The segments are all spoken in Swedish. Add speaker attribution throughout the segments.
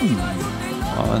Speaker 1: Mm. Ja,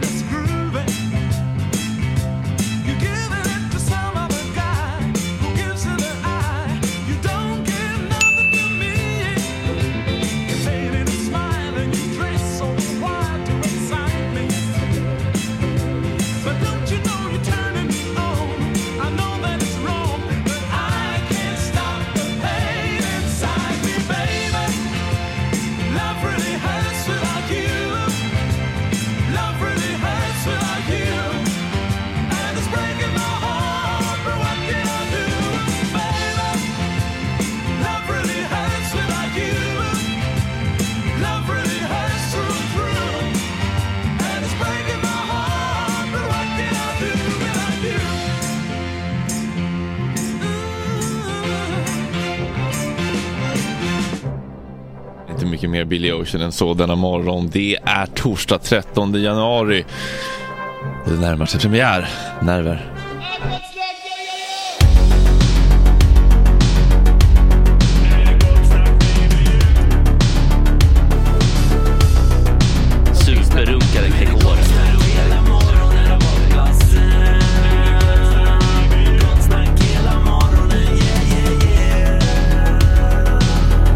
Speaker 2: You don't give
Speaker 1: inte mycket mer Billy Ocean än så denna morgon. Det är torsdag 13 januari. Det närmar sig premiär. Nerver.
Speaker 2: Superrunkaren Gregor.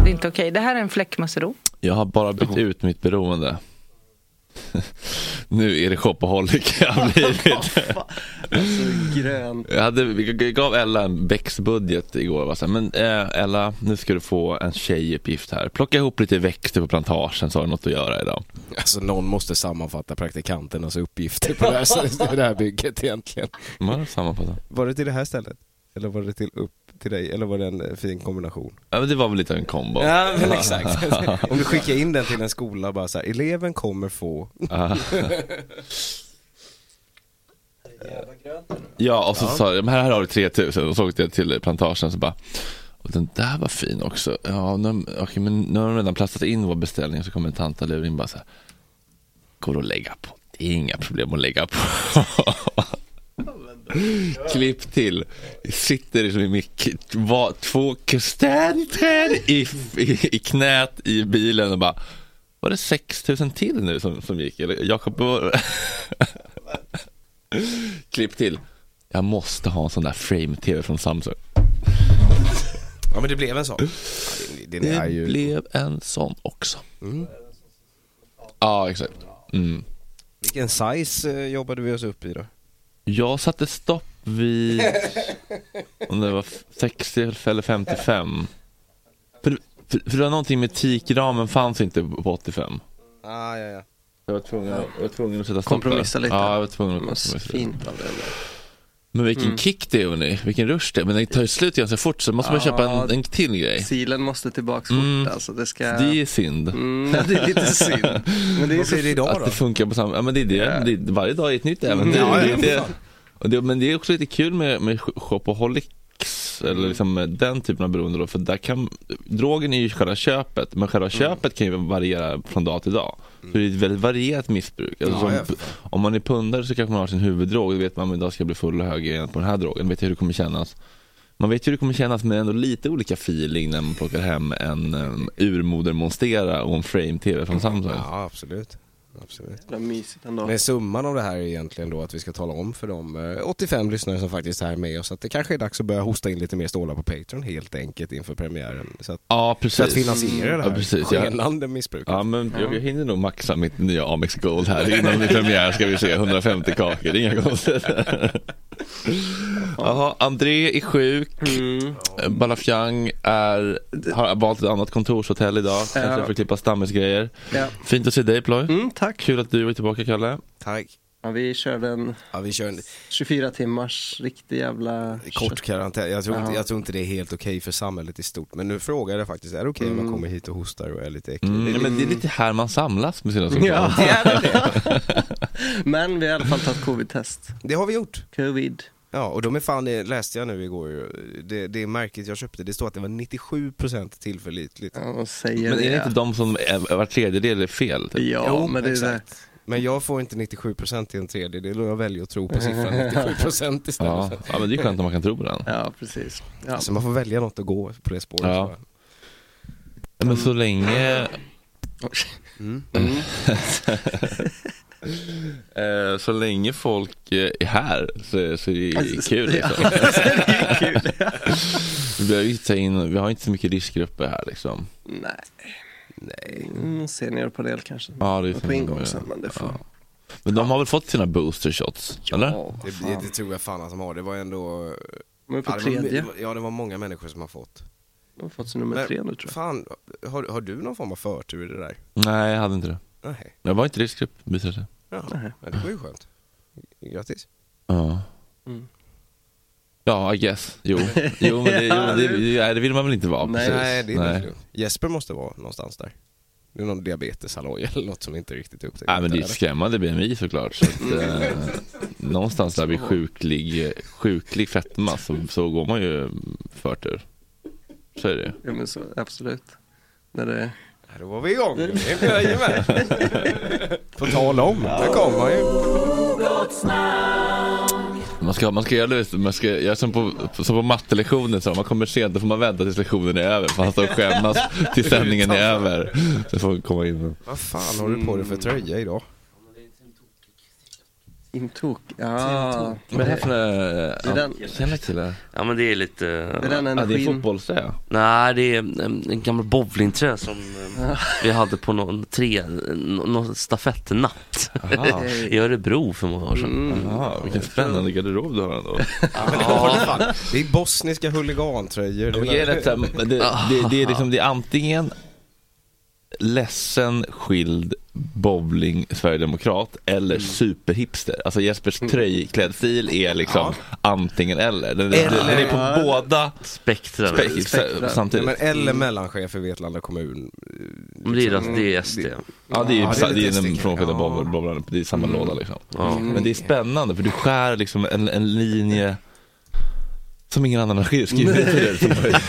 Speaker 3: Det är inte okej. Det här är en fläckmussero.
Speaker 1: Jag har bara bytt ut mitt beroende. nu är det shopaholic jag har blivit.
Speaker 4: Grön.
Speaker 1: Jag, hade, jag gav Ella en växtbudget igår. Var så här, men eh, Ella, nu ska du få en tjejuppgift här. Plocka ihop lite växter på plantagen så har du något att göra idag.
Speaker 4: Alltså någon måste sammanfatta praktikanternas
Speaker 5: Typ
Speaker 4: uppgifter på det här, det här bygget egentligen.
Speaker 1: Man sammanfattar.
Speaker 5: Var det till det här stället? Eller var det till upp till dig? Eller var det en eh, fin kombination?
Speaker 1: Ja, men det var väl lite av en kombo.
Speaker 5: Ja men exakt. Om du skickar in den till en skola och bara så här, eleven kommer få.
Speaker 1: Ah. Ja, och så sa jag, men här har du 3000 och så åkte jag till plantagen så bara och den där var fin också. Ja, nu, okej, men nu har de redan plastat in vår beställning så kommer en tant och lurar in bara så här. Går att lägga på. Det är inga problem att lägga på. Klipp till. Sitter liksom i mick, var, två kastanjträd i, i, i knät i bilen och bara. Var det 6000 till nu som, som gick? Eller Jakob? Klipp till. Jag måste ha en sån där frame-tv från Samsung.
Speaker 5: Ja men det blev en sån. Den
Speaker 1: Det
Speaker 5: är ju... Mm.
Speaker 1: blev en sån också. Ja, exakt. Mm.
Speaker 5: Vilken size eh, jobbade vi oss upp i då?
Speaker 1: Jag satte stopp vid om det var 60 eller 55. För, för, för det var någonting med tikramen fanns inte på 85.
Speaker 5: Ah, ja, ja.
Speaker 1: Jag var tvungen, att- jag var tvungen att sätta stopp
Speaker 4: Kompromissa
Speaker 1: där.
Speaker 4: lite.
Speaker 1: Ja, jag var tvungen att
Speaker 4: Men
Speaker 1: kompromissa lite.
Speaker 4: Fint av dig ändå.
Speaker 1: Men vilken kick det är hörni. Vilken rush det är. Men den tar ju slut ganska fort så måste man köpa en, en till grej.
Speaker 4: Silen måste tillbaks fort
Speaker 1: Mm.
Speaker 4: alltså. Det ska...
Speaker 1: Det är synd.
Speaker 4: Mm, ja, det är lite synd. Men det är
Speaker 5: Vad blir det idag
Speaker 1: Att
Speaker 5: då?
Speaker 1: det funkar på samma, ja men det är det,
Speaker 4: Ja.
Speaker 1: det är, varje dag är ett nytt äventyr.
Speaker 5: Ja,
Speaker 1: det,
Speaker 5: ja,
Speaker 1: är det, och det, men det är också lite kul med, med shopaholics, eller liksom med den typen av beroende då, för där kan, drogen är ju själva köpet, men
Speaker 5: Mm.
Speaker 1: själva köpet kan ju variera från dag till dag. Så det är ett väldigt varierat missbruk. Alltså,
Speaker 5: Ja,
Speaker 1: som-
Speaker 5: ja, för
Speaker 1: om man är pundare så kanske man har sin huvuddrog, då vet man att idag ska jag bli full och hög igen på den här drogen, vet jag hur det kommer kännas. Man vet ju hur det kommer kännas men ändå lite olika feeling när man plockar hem en um, urmoder Monstera och en frame-tv från Samsung.
Speaker 5: Ja absolut. absolut.
Speaker 2: Jävla mysigt ändå.
Speaker 5: Men summan av det här är egentligen då att vi ska tala om för de eh, 85 lyssnare som faktiskt är med oss att det kanske är dags att börja hosta in lite mer stålar på Patreon helt enkelt inför premiären. Så att,
Speaker 1: Ja, precis.
Speaker 5: för att finansiera det här
Speaker 1: Ja, precis, ja.
Speaker 5: skenande missbruket.
Speaker 1: Ja men jag, jag hinner nog maxa mitt nya Amex Gold här innan det är premiär ska vi se 150 kakor, det är inga konstigheter. Jaha, André är sjuk,
Speaker 4: Mm.
Speaker 1: Balafjang är, har valt ett annat kontorshotell idag, kanske
Speaker 4: Ja.
Speaker 1: för att klippa stammisgrejer.
Speaker 4: Ja.
Speaker 1: Fint att se dig Ploy,
Speaker 4: Mm, tack.
Speaker 1: kul att du är tillbaka Kalle.
Speaker 5: Tack.
Speaker 4: Ja, vi körde en
Speaker 5: Ja, vi kör en
Speaker 4: 24 timmars riktig jävla...
Speaker 5: kort karantän. Jag tror, inte,
Speaker 4: Ja.
Speaker 5: jag tror inte det är helt okej för samhället i stort. Men nu frågar jag faktiskt, är det okej
Speaker 2: Mm.
Speaker 5: om jag kommer hit och hostar och är lite äcklig?
Speaker 1: Mm.
Speaker 5: Det
Speaker 1: Nej,
Speaker 5: är lite-
Speaker 1: men det är lite här man samlas med sina
Speaker 4: Ja,
Speaker 1: symtom.
Speaker 4: det är väl det. Men vi har i alla fall tagit covid-test.
Speaker 5: Det har vi gjort.
Speaker 4: Covid.
Speaker 5: Ja, och de är fan, det läste jag nu igår ju. det, det märket jag köpte, det står att det var 97% tillförlitligt.
Speaker 4: Ja, vad säger
Speaker 1: Men är det inte de som är, var tredjedel är fel? Typ?
Speaker 4: Ja,
Speaker 5: Jo,
Speaker 4: men det är det.
Speaker 5: exakt. Men jag får inte 97% i en tredjedel och jag väljer att tro på siffran 97%
Speaker 1: Ja.
Speaker 5: istället.
Speaker 1: ja men det är skönt om man kan tro på den.
Speaker 4: Ja, precis. Ja.
Speaker 5: Så Alltså, man får välja något att gå på det spåret.
Speaker 1: Ja.
Speaker 5: tror jag.
Speaker 1: Men så länge
Speaker 5: Mm.
Speaker 4: Mm.
Speaker 1: Eh, Så länge folk eh, är här så, så är
Speaker 4: Alltså,
Speaker 1: det kul liksom. vi, har ju inte in, vi har inte så mycket riskgrupper här liksom
Speaker 4: Nej. Nej. Mm, seniorpanel kanske.
Speaker 1: Ja, det är
Speaker 4: På
Speaker 1: fan-
Speaker 4: ingång sen, men det får...
Speaker 1: Ja. Men de har väl fått sina booster shots? Eller?
Speaker 4: Ja,
Speaker 5: Det,
Speaker 4: fan.
Speaker 5: det, det tror jag fan att de har. Det var ändå...
Speaker 4: De är på
Speaker 5: ja, det var,
Speaker 4: tredje.
Speaker 5: Ja, det var många människor som har fått.
Speaker 4: De har fått sin nummer
Speaker 5: Men
Speaker 4: tre nu tror jag.
Speaker 5: Fan, har, har du någon form av förtur i det där?
Speaker 1: Nej, jag hade inte det
Speaker 5: Nej.
Speaker 1: Jag var inte riskgrupp, visade det sig
Speaker 5: Ja.
Speaker 4: Nej.
Speaker 5: Men det var ju skönt. Grattis.
Speaker 1: Ja
Speaker 4: Mm.
Speaker 1: Ja, I guess. Jo, jo men det, jo, men det, det, nej, det vill man väl inte vara?
Speaker 4: Nej,
Speaker 1: precis.
Speaker 5: Nej, det är inte klokt. Jesper måste vara någonstans där. Det är någon diabeteshalloj eller något som inte riktigt är upptäckt.
Speaker 1: Nej men det är
Speaker 5: Eller?
Speaker 1: ett skrämmande BMI såklart. Så att,
Speaker 5: Mm.
Speaker 1: eh, någonstans där vid sjuklig, sjuklig fetma så, så går man ju förtur. Så är det ju.
Speaker 4: Ja, men så, absolut. När det...
Speaker 5: Då var vi igång. Jajamän. På tal om, där kom han ju.
Speaker 1: Man ska, man ska göra det, man ska göra som på, som på mattelektionen, så om man kommer sent då får man vänta tills lektionen är över. För han står och skämmas tills sändningen är över. Så får man komma in.
Speaker 5: Vad fan har du på
Speaker 4: Mm.
Speaker 5: dig för tröja idag?
Speaker 2: Intok. Ah.
Speaker 1: Vad är det här för
Speaker 2: Det är den-
Speaker 1: eh, känner killar?
Speaker 2: Ja men det är lite... eh,
Speaker 1: är den Ja, det är energin. fotbollsträ.
Speaker 2: Nej det är en, en gammal bowlingträ som eh, vi hade på någon, tre, nå- någon stafettnatt
Speaker 1: Aha.
Speaker 2: i Örebro för många år sedan.
Speaker 1: Mm. Aha, vilken spännande garderob du har ändå.
Speaker 5: Ja. Det är bosniska huligantröjor.
Speaker 1: Ja, men grejen är att så här, men det, det, det är liksom, det är antingen ledsen, skild, bowling, sverigedemokrat eller
Speaker 5: Mm.
Speaker 1: superhipster. Alltså Jespers tröjklädstil är liksom antingen eller. Den, den, den är på båda
Speaker 2: spektrum.
Speaker 1: spek- samtidigt.
Speaker 5: Nej, men eller mellanchef i Vetlanda kommun.
Speaker 2: Men det är ju alltså- det är SD.
Speaker 1: Mm. Ja det är ju
Speaker 5: Ja, det är
Speaker 1: det
Speaker 5: lite
Speaker 1: är en
Speaker 5: SD.
Speaker 1: från själva bob- bobblan, det är samma låda liksom.
Speaker 2: Ja.
Speaker 1: Men det är spännande för du skär liksom en, en linje som ingen annan har skrivit tidigare för mig.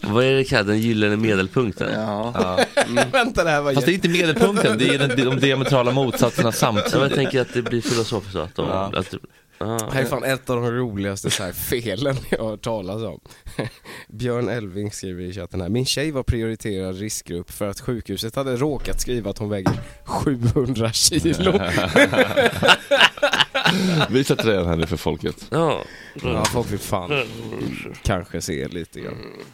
Speaker 2: Vad är det kallat, den gyllene medelpunkten?
Speaker 1: Ja. Mm.
Speaker 5: Vänta det här var
Speaker 1: Fast det är inte medelpunkten, det är den- de diametrala motsatserna samtidigt.
Speaker 2: Ja, jag tänker att det blir filosofiskt att de,
Speaker 1: Ja.
Speaker 2: att,
Speaker 5: Det här är fan ett av de roligaste så här felen jag har hört talas om. Björn Elving skriver i chatten här, min tjej var prioriterad riskgrupp för att sjukhuset hade råkat skriva att hon väger 700 kilo.
Speaker 1: Visa tröjan här nu för folket.
Speaker 2: ja.
Speaker 5: ja, folk vill fan kanske se lite grann.
Speaker 2: Mm.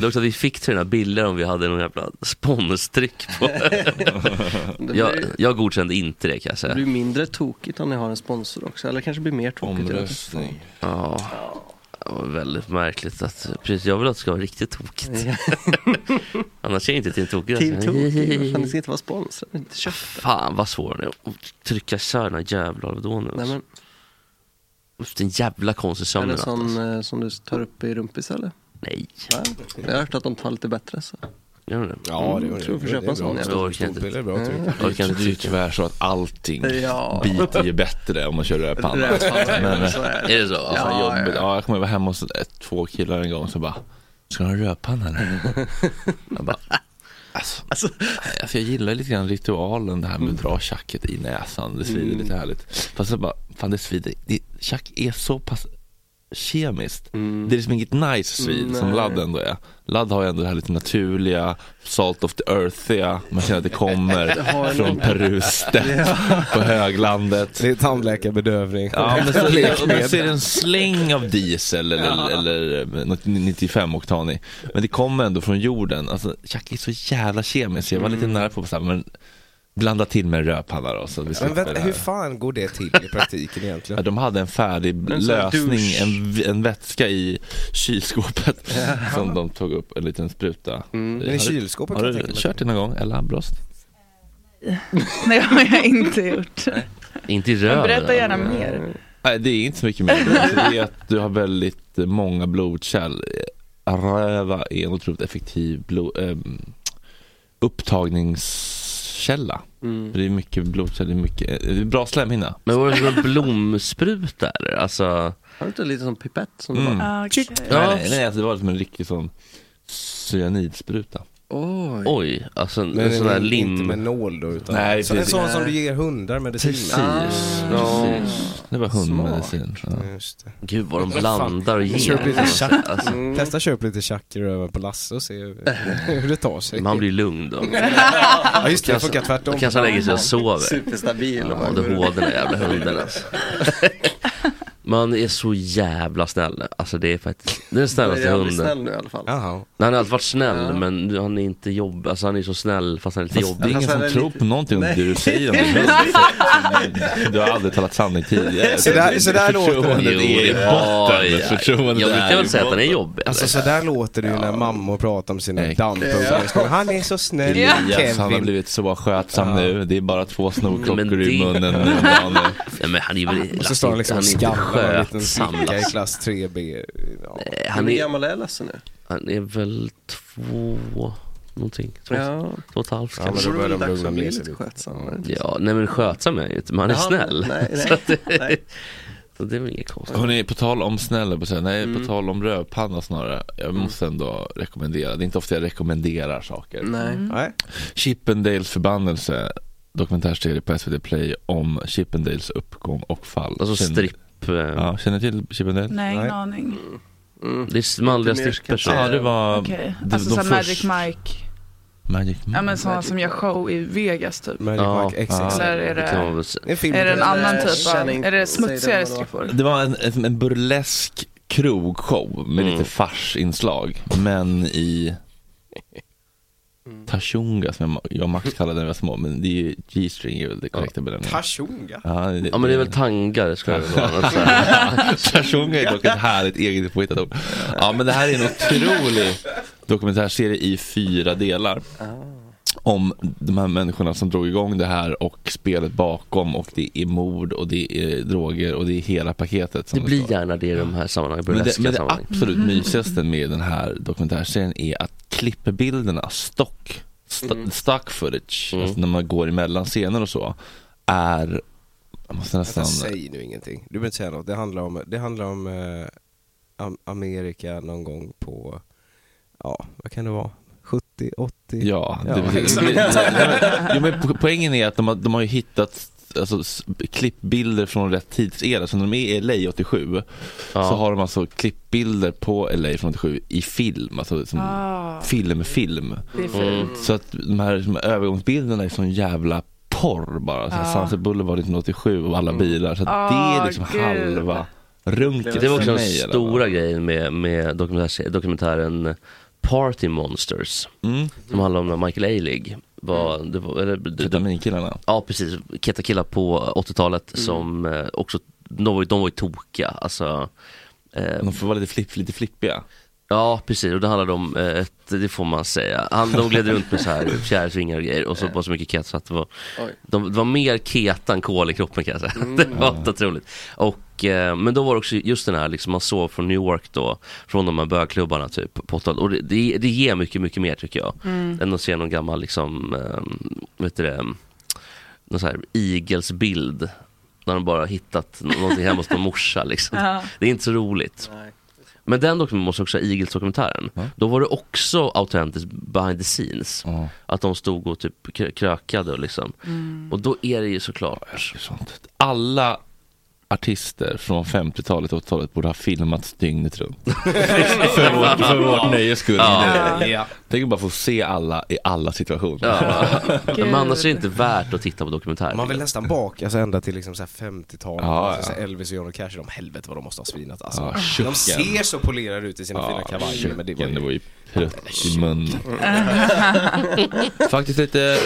Speaker 2: Det är också att vi fick till den här bilder om vi hade någon jävla sponstrick på. jag, jag godkände inte det kan jag
Speaker 6: Det
Speaker 2: säga.
Speaker 6: blir mindre tokigt om ni har en sponsor också, eller kanske blir mer tokigt. jag vet inte.
Speaker 2: Ja. Det var väldigt märkligt att, precis, jag vill att det ska vara riktigt tokigt. Annars är jag inte till tokigt.
Speaker 6: Team Tokig, fan, det ska inte vara sponsor. Inte köpt.
Speaker 2: Fan vad svårt det är att trycka isär den här jävla Alvedonen.
Speaker 6: Nej, men,
Speaker 2: alltså. Den jävla konstig
Speaker 6: är det
Speaker 2: sömnen.
Speaker 6: sån eh, som du tar upp i rumpis eller?
Speaker 2: Nej.
Speaker 6: Jag har hört att de tar lite bättre så.
Speaker 2: Gör den det?
Speaker 5: Ja, det gör det.
Speaker 6: Tror vi får
Speaker 5: Det är
Speaker 6: köpa en sån
Speaker 5: bra.
Speaker 6: jävla
Speaker 2: Jag orkar inte.
Speaker 5: Storbild är bra tryck.
Speaker 1: Det är ju- det är ju tyvärr så att allting
Speaker 6: Ja.
Speaker 1: biter ju bättre om man kör rödpanna.
Speaker 6: Rödpanna,
Speaker 1: Men,
Speaker 6: så är det.
Speaker 2: Är det så?
Speaker 1: alltså,
Speaker 6: Ja,
Speaker 1: jobbigt.
Speaker 6: ja,
Speaker 1: Ja, jag kommer vara hemma hos ett, två killar en gång så bara, ska du ha rödpanna eller? jag bara, alltså, nej, för jag gillar lite grann ritualen det här med att dra tjacket i näsan, det svider lite härligt. Fast jag bara, fan det svider, det, tjack är så pass kemiskt. Det är liksom inget nice svin som
Speaker 6: Nej.
Speaker 1: ladd ändå är. Ladd har ju ändå det här lite naturliga, salt of the earthiga, man känner att det
Speaker 6: Det har
Speaker 1: kommer
Speaker 6: en-
Speaker 1: från Perus stäpp på höglandet.
Speaker 5: Det är tandläkarbedövning.
Speaker 1: Ja, men så,
Speaker 5: Lek med.
Speaker 1: men så är det en släng av diesel eller, eller eh, något 95 oktanig. Men det kommer ändå från jorden. Alltså, Jack är så jävla kemisk. Jag var lite nära på att säga, men blanda till med en rödpanna då. Så att vi
Speaker 5: Men
Speaker 1: slipper det
Speaker 5: vänta,
Speaker 1: här.
Speaker 5: hur fan går det till i praktiken
Speaker 1: Ja,
Speaker 5: egentligen?
Speaker 1: de hade en färdig
Speaker 6: En sån här
Speaker 1: lösning,
Speaker 6: douche.
Speaker 1: en, v- en vätska i kylskåpet som de tog upp, en liten spruta.
Speaker 5: Mm.
Speaker 2: Mm.
Speaker 5: Men i
Speaker 1: Har du-
Speaker 5: kylskåpet
Speaker 1: Har
Speaker 5: kan jag tänka
Speaker 1: du
Speaker 5: mig.
Speaker 1: kört det någon gång? Eller abrost?
Speaker 3: Nej, det har jag inte gjort.
Speaker 2: Inte i
Speaker 3: Men
Speaker 2: röven.
Speaker 3: berätta gärna mer.
Speaker 1: Nej, det är inte så mycket mer. Det är att du har väldigt eh, många blodkärl. Röva är en otroligt effektiv blod, ehm, upptagningskälla.
Speaker 5: Mm.
Speaker 1: För Det är mycket blodkärl, det är mycket, eh, det är bra slemhinna.
Speaker 2: Men var det som en blomspruta eller? Alltså,
Speaker 6: Har du inte lite som pipett som
Speaker 1: Mm.
Speaker 6: du bara...
Speaker 5: Ah,
Speaker 1: Nej,
Speaker 2: Ja.
Speaker 1: nej, nej, alltså det
Speaker 2: liksom
Speaker 1: var som en riktig sån cyanidspruta.
Speaker 6: Oj.
Speaker 2: oj, alltså en,
Speaker 5: Men
Speaker 2: en sån här
Speaker 5: Inte med
Speaker 2: lim.
Speaker 5: nål då utan...
Speaker 1: Nej,
Speaker 5: så en
Speaker 1: precis.
Speaker 5: sån som du ger hundar medicin Ah.
Speaker 1: Precis,
Speaker 5: med.
Speaker 1: precis. Det var hundmedicin. Ja.
Speaker 5: Just det.
Speaker 2: Gud vad de blandar och
Speaker 5: Kör upp lite Mm.
Speaker 2: ger.
Speaker 5: tjack.
Speaker 2: Alltså,
Speaker 5: Testa köp lite tjacker över på Lasse och se hur hur det tar sig.
Speaker 2: man blir lugn då.
Speaker 5: Ja just det, det
Speaker 2: Kanske-
Speaker 5: funkar tvärtom.
Speaker 2: Då kanske han lägger sig och sover.
Speaker 6: Superstabil. och bara går runt.
Speaker 2: ADHD den där jävla hunden alltså. Man är så jävla snäll. Alltså det är faktiskt, det är den
Speaker 6: Jag är
Speaker 2: snällaste
Speaker 6: jävligt
Speaker 2: hunden.
Speaker 6: snäll nu i alla fall.
Speaker 5: Jaha.
Speaker 2: Nej, Han har alltid varit snäll men nu- han är inte jobb, alltså han är så snäll fast han är lite
Speaker 1: Fast det är
Speaker 2: jobbig.
Speaker 1: ingen
Speaker 6: Fast
Speaker 1: som
Speaker 6: han är
Speaker 1: tror
Speaker 6: lite-
Speaker 1: på någonting om det du säger om dig själv. Du har aldrig talat sanning tidigare.
Speaker 5: Eh, Så där- så där låter det.
Speaker 1: Förtroendet är i
Speaker 2: Ja, ja.
Speaker 1: botten. Förtroendet
Speaker 2: Ja, vi
Speaker 1: är
Speaker 2: kan väl
Speaker 1: i
Speaker 2: säga att han är
Speaker 1: botten.
Speaker 2: jobbig.
Speaker 5: Alltså sådär låter det ju när mammor pratar om sina
Speaker 1: Nej.
Speaker 5: dammpumpar. Han är så snäll
Speaker 1: Elias, Alltså, han har
Speaker 5: Kevin.
Speaker 1: blivit så skötsam nu. Det är bara två
Speaker 2: Men
Speaker 1: snorklockor
Speaker 2: det-
Speaker 1: i munnen om dagen nu.
Speaker 2: Nej, men han är väl
Speaker 5: Och så står han liksom och
Speaker 2: han är inte
Speaker 5: skallar en liten
Speaker 2: skötsam.
Speaker 5: flicka i
Speaker 2: alltså.
Speaker 5: klass 3B. Ja.
Speaker 2: Han
Speaker 6: Han är
Speaker 2: är,
Speaker 6: gammal är Lasse nu.
Speaker 2: han är väl två, någonting. Två,
Speaker 6: Ja.
Speaker 2: två och ett halvt
Speaker 5: Ja, men
Speaker 2: kanske.
Speaker 5: då
Speaker 6: Då
Speaker 5: börjar
Speaker 6: är det
Speaker 5: de
Speaker 6: dags
Speaker 5: lugna
Speaker 6: att bli
Speaker 5: ner sig
Speaker 6: lite
Speaker 5: lite.
Speaker 6: skötsammare.
Speaker 2: Ja, nej men skötsam är jag ju inte, men han är
Speaker 6: Jaha,
Speaker 2: snäll.
Speaker 6: Nej,
Speaker 2: Så att
Speaker 6: nej,
Speaker 2: det-
Speaker 6: nej.
Speaker 2: Så det är väl inget konstigt.
Speaker 1: Hörrni, på tal om snäll på att säga. Nej,
Speaker 2: Mm.
Speaker 1: på tal om rövpanna snarare. Jag måste ändå rekommendera. Det är inte ofta jag rekommenderar saker.
Speaker 6: Nej. Mm. Nej.
Speaker 1: Chippendales förbannelse. Dokumentärserie på SVT Play om Chippendales uppgång och fall.
Speaker 2: Alltså
Speaker 1: Känner-
Speaker 2: stripp... eh,
Speaker 1: Ja, känner du till Chippendales?
Speaker 7: Nej, ingen aning.
Speaker 2: Det är manliga
Speaker 1: Inte mer ska
Speaker 2: strippers.
Speaker 1: jag säga. Ja, det var-
Speaker 7: Okej.
Speaker 1: de-
Speaker 7: Alltså
Speaker 1: de
Speaker 7: såhär Magic
Speaker 1: först-
Speaker 7: Mike.
Speaker 1: Magic
Speaker 7: Ja men sådana som gör show i Vegas typ.
Speaker 1: Magic Ja, Mike X, ja.
Speaker 7: Eller är
Speaker 1: det kan man väl
Speaker 7: det,
Speaker 1: säga. En film
Speaker 7: är det en
Speaker 1: på-
Speaker 7: annan
Speaker 1: Eh,
Speaker 7: typ av,
Speaker 6: Channing-
Speaker 7: är det
Speaker 6: säg det
Speaker 7: smutsigare
Speaker 6: vad det
Speaker 7: strippor?
Speaker 1: Det var en, en- en burlesk krogshow med lite farsinslag. Men i Tashunga som jag, jag och Max kallade den när vi var små. Men det är ju G-string är väl det korrekta benämningen.
Speaker 5: Tashunga?
Speaker 1: Ja, det,
Speaker 2: Ja, men det är väl tangare ska det väl vara, något så här.
Speaker 1: Tashunga är dock ett härligt eget påhittat ord. Ja men det här är en otrolig dokumentärserie i fyra delar.
Speaker 2: Ah.
Speaker 1: Om de här människorna som drog igång det här och spelet bakom och det är mord och det är droger och det är hela paketet. Som
Speaker 2: Det blir
Speaker 1: står.
Speaker 2: gärna det i de här sammanhangen,
Speaker 1: Men det,
Speaker 2: burleska
Speaker 1: men det
Speaker 2: sammanhang.
Speaker 1: absolut
Speaker 2: Mhm.
Speaker 1: mysigaste med den här dokumentärserien är att klippbilderna, stock, st- stock footage, alltså när man går emellan scener och så, är, jag måste nästan,
Speaker 5: Vänta, säg nu ingenting. Du behöver inte säga något. Det handlar om, det handlar om eh, Am- Amerika någon gång på, ja, vad kan det vara? 70, 80?
Speaker 1: Ja, det,
Speaker 5: exakt.
Speaker 1: men- men- jo, men po- poängen är att de har, de har ju hittat alltså, s- klippbilder från rätt tidsera. Så när de är i LA 87 så har de alltså klippbilder på LA från 87 i film, alltså som
Speaker 7: Ah.
Speaker 1: film, film. Mm.
Speaker 7: Det är fint.
Speaker 1: Så att de här som, övergångsbilderna är sån jävla porr bara. Så här,
Speaker 7: Ah.
Speaker 1: Sunset Boulevard 1987 och alla bilar. Så att det
Speaker 7: Ah,
Speaker 1: är liksom
Speaker 7: gud.
Speaker 1: halva runket
Speaker 2: Det var också
Speaker 1: för
Speaker 2: den
Speaker 1: mig, eller?
Speaker 2: stora grejen med, med dokumentär, dokumentären Party Monsters.
Speaker 1: Mm.
Speaker 2: Som handlar om när Michael Eilig var... det var- eller-
Speaker 1: Ketaminkillarna?
Speaker 2: Ja, precis. Ketakillar på 80-talet
Speaker 7: Mm.
Speaker 2: som eh, också... De var, ju- de var ju tokiga. Alltså, de
Speaker 1: var lite, flipp, lite flippiga.
Speaker 2: Ja, precis. Och det handlade om, eh, ett, det får man säga. Han, de gled runt med så här fjärilsvingar och grejer och så var så mycket ket så att det var,
Speaker 6: Oj.
Speaker 2: de, det var mer keta än kol i kroppen kan jag säga.
Speaker 6: Mm.
Speaker 2: Det var helt otroligt. Och, eh, men då var det också just den här, liksom, man såg från New York då, från de här bögklubbarna typ. På 80-talet. och det, det, det ger mycket, mycket mer tycker jag.
Speaker 7: Mm.
Speaker 2: Än att se någon gammal, liksom, eh, vet du det, någon så här igelsbild. När de bara hittat någonting hemma hos någon morsa liksom.
Speaker 7: Ja.
Speaker 2: Det är inte så roligt. Men den dokumentären måste också säga, Eagles-dokumentären. Då var det också autentiskt behind the scenes. Att de stod och typ krö- krökade och liksom.
Speaker 1: Mm.
Speaker 2: Och då är det ju såklart.
Speaker 1: alla artister från 50-talet och 80-talet borde ha filmats dygnet runt. för, vårt, för vårt nöjes skull.
Speaker 2: Ja. Ja.
Speaker 1: Tänk att bara få se alla i alla situationer.
Speaker 2: Ja. Men annars är det
Speaker 1: Gud.
Speaker 2: inte värt att titta på dokumentärer.
Speaker 5: Man vill nästan baka alltså ända till liksom så här 50-talet,
Speaker 2: Ja,
Speaker 5: alltså så
Speaker 2: ja.
Speaker 5: här Elvis och Johnny Cash, de helvete vad de måste ha svinat alltså.
Speaker 1: Ja,
Speaker 5: de
Speaker 1: tjocken.
Speaker 5: ser så polerade ut i sina fina kavajer men det var ju...
Speaker 1: ju prutt i mun. faktiskt lite,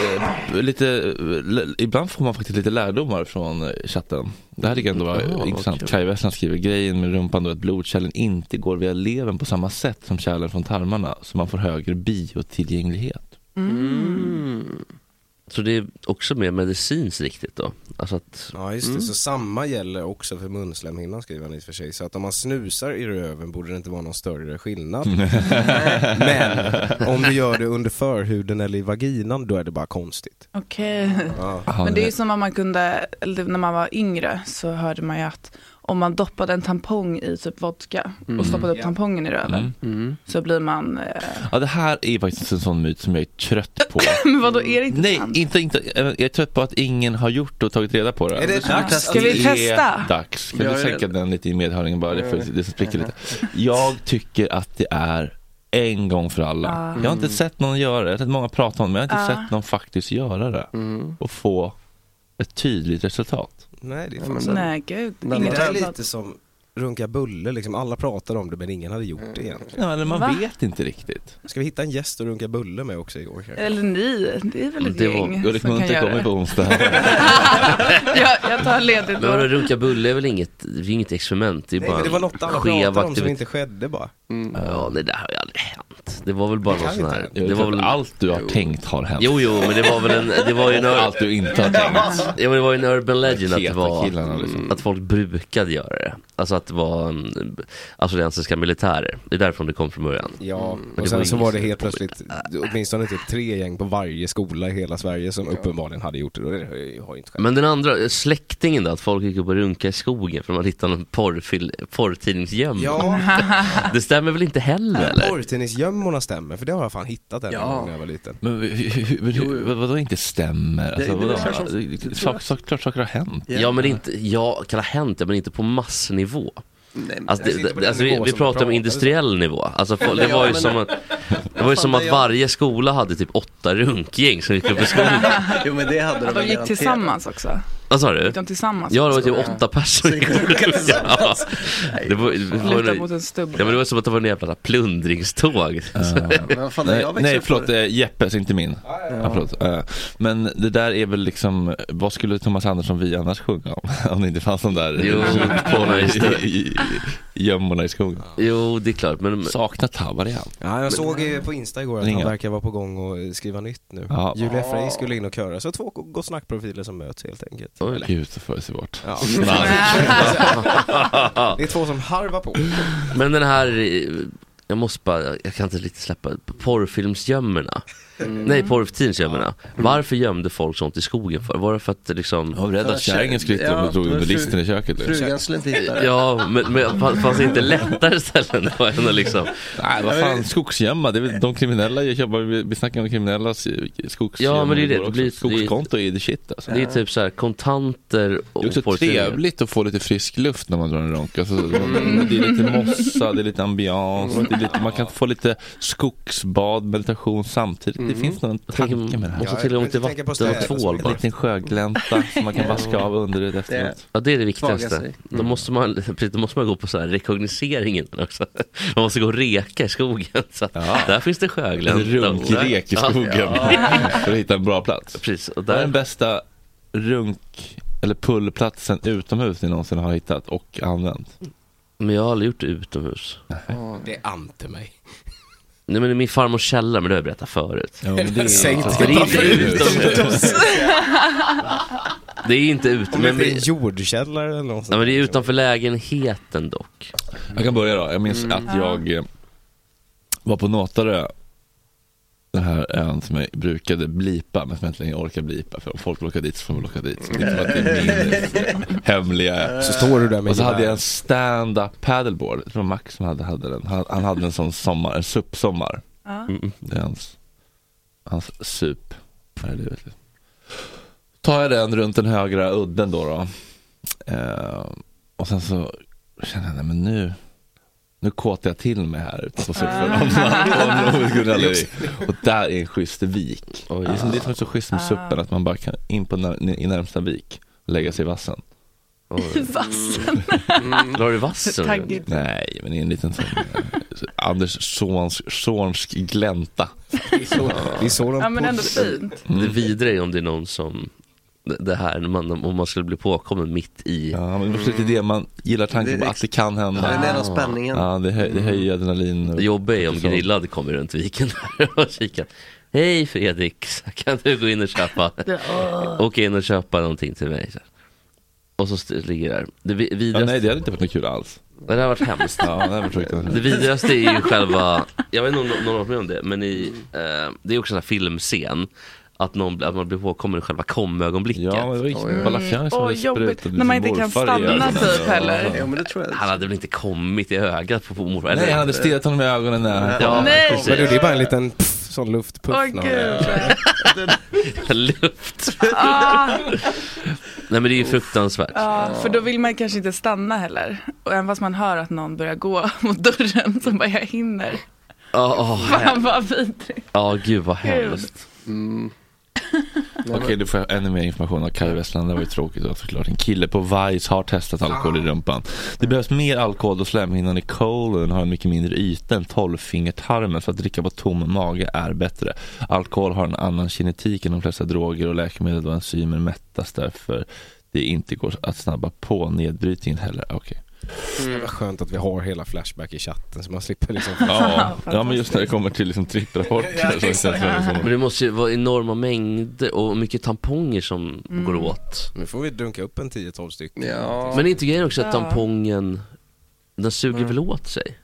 Speaker 1: eh, lite, eh, ibland får man faktiskt lite lärdomar från eh, chatten. Det här tycker jag ändå var
Speaker 2: Ja, vad kul.
Speaker 1: intressant. Kaj Westland skriver grejen med rumpan då att blodkärlen inte går via levern på samma sätt som kärlen från tarmarna så man får högre biotillgänglighet.
Speaker 5: Mm.
Speaker 2: Så det är också mer medicinskt riktigt då. Alltså att...
Speaker 5: Ja just det, så samma gäller också för munslemhinnan skriver han i och för sig. Så att om man snusar i röven borde det inte vara någon större skillnad. men om du gör det under förhuden eller i vaginan då är det bara konstigt.
Speaker 7: Okej.
Speaker 5: Ja.
Speaker 7: Men det är ju som om man kunde, eller det- när man var yngre så hörde man ju att om man doppade en tampong i typ vodka
Speaker 1: Mm.
Speaker 7: och stoppade upp
Speaker 1: Ja.
Speaker 7: tampongen i röven
Speaker 1: Mm.
Speaker 7: så blir man, eh,
Speaker 1: Ja, det här är faktiskt en sån myt som jag är trött på.
Speaker 7: men vadå är det inte
Speaker 1: Nej,
Speaker 7: sant?
Speaker 1: inte, inte. eh, Jag är trött på att ingen har gjort och tagit reda på det.
Speaker 7: Är det dags? Ska vi
Speaker 1: Det
Speaker 7: testa?
Speaker 1: Är dags. Kan
Speaker 7: Jag
Speaker 1: du
Speaker 7: är
Speaker 1: sänka den lite i medhörningen bara? Det, för, det spricker lite. Jag tycker att det är en gång för alla.
Speaker 7: Ah.
Speaker 1: Jag har inte
Speaker 7: Mm.
Speaker 1: sett någon göra det. Jag har sett många prata om det, men jag har inte
Speaker 7: Ah.
Speaker 1: sett någon faktiskt göra det.
Speaker 7: Mm.
Speaker 1: Och få ett tydligt resultat.
Speaker 5: Nej det är
Speaker 7: men
Speaker 5: fan
Speaker 7: den- Nej, gud.
Speaker 5: Det
Speaker 7: Inget
Speaker 5: där är
Speaker 7: resultat.
Speaker 5: lite som runka bulle liksom, alla pratar om det men ingen hade gjort det egentligen.
Speaker 1: Ja, eller man
Speaker 7: Mm. Va?
Speaker 1: vet inte riktigt.
Speaker 5: Ska vi hitta en gäst att runka bulle med också igår kanske?
Speaker 7: eller ni, det är väl ett gäng
Speaker 1: Ulrik Munthe kommer på onsdag.
Speaker 7: jag, jag tar ledigt
Speaker 2: Men vadå,
Speaker 7: då.
Speaker 2: runka bulle är väl inget, det är inget experiment? Det är
Speaker 5: Nej
Speaker 2: bara
Speaker 5: men det var något alla pratade om som inte skedde bara.
Speaker 7: Mm.
Speaker 2: Ja, nej, det har ju aldrig hänt. Det var väl bara
Speaker 5: Det kan
Speaker 2: någon sån
Speaker 5: inte
Speaker 2: här...
Speaker 5: hända.
Speaker 1: Jag tror
Speaker 2: väl
Speaker 1: att allt du har tänkt har hänt.
Speaker 2: Jo, jo, men det var väl en... Det var ju en
Speaker 1: Och allt du inte har tänkt.
Speaker 2: Ja, men det var ju en urban legend att det var...
Speaker 1: Ketakillarna, liksom.
Speaker 2: Att folk brukade göra det. Alltså att att vara mm, australiensiska militärer. Det är därifrån det kom från början. Mm.
Speaker 5: Ja,
Speaker 2: Men
Speaker 5: och sen så var det
Speaker 2: ingen-
Speaker 5: helt plötsligt åtminstone typ tre gäng på varje skola i hela Sverige som uppenbarligen hade gjort det. Och det har ju har ju inte skett.
Speaker 2: Men den andra, eh, släktingen då, att folk gick upp och runkade i skogen för man hittade någon porrfil, porrtidningsgömma.
Speaker 5: Ja.
Speaker 2: Det stämmer väl inte heller? Eller?
Speaker 5: Porrtennisgömmorna stämmer, för det har jag fan hittat en
Speaker 1: Ja.
Speaker 5: gång när jag var liten.
Speaker 1: Men hur- hur- hur- hur- vad- vadå inte stämmer?
Speaker 5: Det- det
Speaker 1: Alltså,
Speaker 5: är
Speaker 1: vadå?
Speaker 5: väl klart som-
Speaker 1: Det- sak- sak- Klart saker har hänt.
Speaker 2: Ja, men det är inte, ja, kan ha hänt, ja, men inte på massnivå. alltså,
Speaker 1: alltså, inte
Speaker 2: det,
Speaker 1: på den
Speaker 2: det, alltså, vi,
Speaker 1: nivå
Speaker 2: vi
Speaker 1: som
Speaker 2: pratar
Speaker 1: pratar
Speaker 2: om industriell nivå. Alltså, fo- det
Speaker 1: Ja,
Speaker 2: var ju
Speaker 1: men-
Speaker 2: som att, det var ju
Speaker 6: Fan,
Speaker 2: som att
Speaker 6: det-
Speaker 2: varje skola hade typ åtta runkgäng som gick upp i skogen.
Speaker 6: Jo men det hade de
Speaker 7: De
Speaker 6: väl
Speaker 7: gick
Speaker 6: garanterat.
Speaker 7: tillsammans också.
Speaker 2: Vad sa du?
Speaker 7: Gick de tillsammans?
Speaker 2: Ja, det var
Speaker 7: också?
Speaker 2: typ åtta personer. Ja. Det var, det var,
Speaker 7: Luta
Speaker 2: en-
Speaker 7: mot en stubbe.
Speaker 2: ja, men det var som att det var en jävla plundringståg.
Speaker 1: Ja. nej, nej, förlåt, eh, Jeppes, inte min. Ja, förlåt. Eh, Men det där är väl liksom, vad skulle Thomas Andersson vi annars sjunga om? Om det inte fanns de där
Speaker 2: Jo,
Speaker 1: rotporna i-
Speaker 2: just det.
Speaker 1: i- i- gömmorna i skogen.
Speaker 2: Jo, det är klart. Men...
Speaker 1: Saknar Tavarian.
Speaker 5: Ja, jag såg ju på Insta igår att
Speaker 1: Ringa.
Speaker 5: han verkar vara på gång och skriva nytt nu.
Speaker 1: Ja.
Speaker 5: Julia Frey skulle in och köra, så två gott snackprofiler som möts helt enkelt. Eller?
Speaker 1: Gud, så förutsägbart.
Speaker 5: Ja.
Speaker 2: Snark.
Speaker 5: det är två som harvar på.
Speaker 2: Men den här, eh, jag måste bara, jag kan inte riktigt släppa, porrfilmsgömmorna.
Speaker 1: Mm.
Speaker 2: Nej, porrtidningsgömmorna. Varför gömde folk sånt i skogen för? Var det för att liksom...
Speaker 1: Jag var rädd att kärringen skulle hitta dem och drog under listen i köket. liksom.
Speaker 6: Frugan skulle inte hitta det.
Speaker 2: Ja, men, men fanns- fanns det inte lättare ställen då än att liksom...
Speaker 1: Nej, vad fan, skogsgömma, det är väl de kriminella, jag jobbar, vi vi snackar om kriminellas skogsgömmor
Speaker 2: Ja, men det är det.
Speaker 1: också.
Speaker 2: Det blir-
Speaker 1: Skogskonto är the shit alltså.
Speaker 2: Det är typ så här kontanter och
Speaker 1: Det är också
Speaker 2: porrtidningar.
Speaker 1: trevligt att få lite frisk luft när man drar en ronk. Alltså, man- Det är lite mossa, det är lite ambians, det är lite, man kan få lite skogsbad, meditation samtidigt. Det
Speaker 2: Mm.
Speaker 1: finns någon tanke med det här.
Speaker 2: Måste ha tillgång till vatten och tvål
Speaker 1: En
Speaker 2: bara.
Speaker 1: liten sjöglänta som man kan vaska av underredet efteråt.
Speaker 2: Ja, det är det
Speaker 1: Svaga
Speaker 2: viktigaste.
Speaker 1: sig.
Speaker 2: Då, måste man, precis, då måste man gå på så här rekognoseringen också. Man måste gå och reka i skogen. Så att Där finns det sjöglänta.
Speaker 1: Lite runkrek i
Speaker 2: Ja.
Speaker 1: skogen
Speaker 2: Ja.
Speaker 1: för att hitta en bra plats.
Speaker 2: Precis, och
Speaker 1: Det är
Speaker 2: där-
Speaker 1: den bästa runk eller pullplatsen utomhus ni någonsin har hittat och använt.
Speaker 2: Men jag har aldrig gjort det utomhus.
Speaker 5: Det ante mig.
Speaker 2: Nej men i min farmors källare, men det har jag berättat förut.
Speaker 1: Ja, men det är-
Speaker 5: Sänkt
Speaker 2: Men det är inte utomhus.
Speaker 5: utomhus.
Speaker 2: Det är inte ut,
Speaker 5: Om
Speaker 2: men,
Speaker 5: det inte är
Speaker 2: men,
Speaker 5: en jordkällare eller något
Speaker 2: nej, men det är utanför lägenheten dock.
Speaker 1: Jag kan börja då. Jag minns att jag eh, var på Nåtarö, den här ön som jag brukade blipa men som jag inte längre orkar blipa för om folk vill åka dit så får de väl åka dit. Så det är inte som att det är min hemliga ö.
Speaker 5: Så står du där med
Speaker 1: Och så hade
Speaker 5: gevär.
Speaker 1: jag en stand-up paddleboard, jag tror Max som hade, hade den. Han, han hade en sån sommar, en SUP-sommar.
Speaker 7: Ja.
Speaker 1: Det är hans, hans sup här i livet. Tar jag den runt den högra udden då. då. Eh, och sen så känner jag, nej men nu, nu kåtar jag till mig här ute på surfen. och där är en schysst vik. Det är, som, det är som så schysst med suppen, att man bara kan in på när, i närmsta vik och lägga sig i vassen.
Speaker 7: I vassen.
Speaker 1: Mm.
Speaker 2: La du vassen?
Speaker 7: Taggigt.
Speaker 1: Nej, men i en liten sån eh, Anders Zorns, Zornsk glänta.
Speaker 5: Vi såg
Speaker 7: Ja, men ändå fint.
Speaker 2: Mm. Det vidre är om det är någon som, det- det här, när man, om man skulle bli påkommen mitt i.
Speaker 1: Ja, men det är lite det man gillar tanken på att det kan hända.
Speaker 2: Ja, det är en av spänningen.
Speaker 1: Ja, det, hö, det höjer adrenalin. och-
Speaker 2: Mm. Det jobbiga är om
Speaker 1: så.
Speaker 2: grillad kommer runt viken här och kikar. Hej Fredrik, kan du gå in och köpa? Åka in och köpa någonting till mig. så här. Och så st- ligger det där. Det vi-
Speaker 1: Ja,
Speaker 2: vidraste,
Speaker 1: nej, det hade inte varit något kul alls.
Speaker 2: det har varit hemskt.
Speaker 1: Ja, det hade varit fruktansvärt.
Speaker 2: Det vidrigaste är ju själva, jag vet inte om någon har varit med om det, men i, eh, det är också en sån här filmscen. Att, någon, blir- att man blir påkommen i själva komögonblicket. Ja,
Speaker 1: men det var ju mm. Balafian
Speaker 7: som Åh, hade jobbigt. sprutat När man inte kan morfar i stanna ögonen. typ heller. Ja,
Speaker 6: men det tror jag.
Speaker 2: Han hade väl inte kommit i ögat på, på morfar?
Speaker 1: Nej, han hade stirrat honom i ögonen när han
Speaker 2: Ja,
Speaker 7: Nej.
Speaker 2: precis.
Speaker 5: Men du, det är bara en liten pff, sån luftpuff.
Speaker 7: Åh
Speaker 5: när man-
Speaker 7: gud.
Speaker 2: Luft.
Speaker 7: Ah,
Speaker 2: Nej men det är ju fruktansvärt.
Speaker 7: ja, för då vill man kanske inte stanna heller. Och även fast man hör att någon börjar gå mot dörren så bara jag hinner.
Speaker 2: Ja, åh,
Speaker 7: Fan
Speaker 2: hem-
Speaker 7: vad vidrigt.
Speaker 2: Ja, gud vad hemskt.
Speaker 1: Okej, du får jag ännu mer information av Kaj Westland. Det var ju tråkigt då, såklart. En kille på Vice har testat alkohol i rumpan. Det behövs mer alkohol då slemhinnan i colon har en mycket mindre yta än tolvfingertarmen så att dricka på tom mage är bättre. Alkohol har en annan kinetik än de flesta droger och läkemedel då enzymer mättas därför det inte går att snabba på nedbrytningen heller. Okej.
Speaker 5: Mm. Vad skönt att vi har hela Flashback i chatten så man slipper liksom
Speaker 1: Ja, ja, men just när det kommer till liksom tripprapporter så liksom- känns det som-
Speaker 2: Men det måste ju vara enorma mängder och mycket tamponger som
Speaker 5: Mm.
Speaker 2: går åt.
Speaker 5: Nu får vi dunka upp en 10-12 stycken
Speaker 2: Men är inte grejen också att tampongen Den suger
Speaker 1: Mm.
Speaker 2: väl åt sig?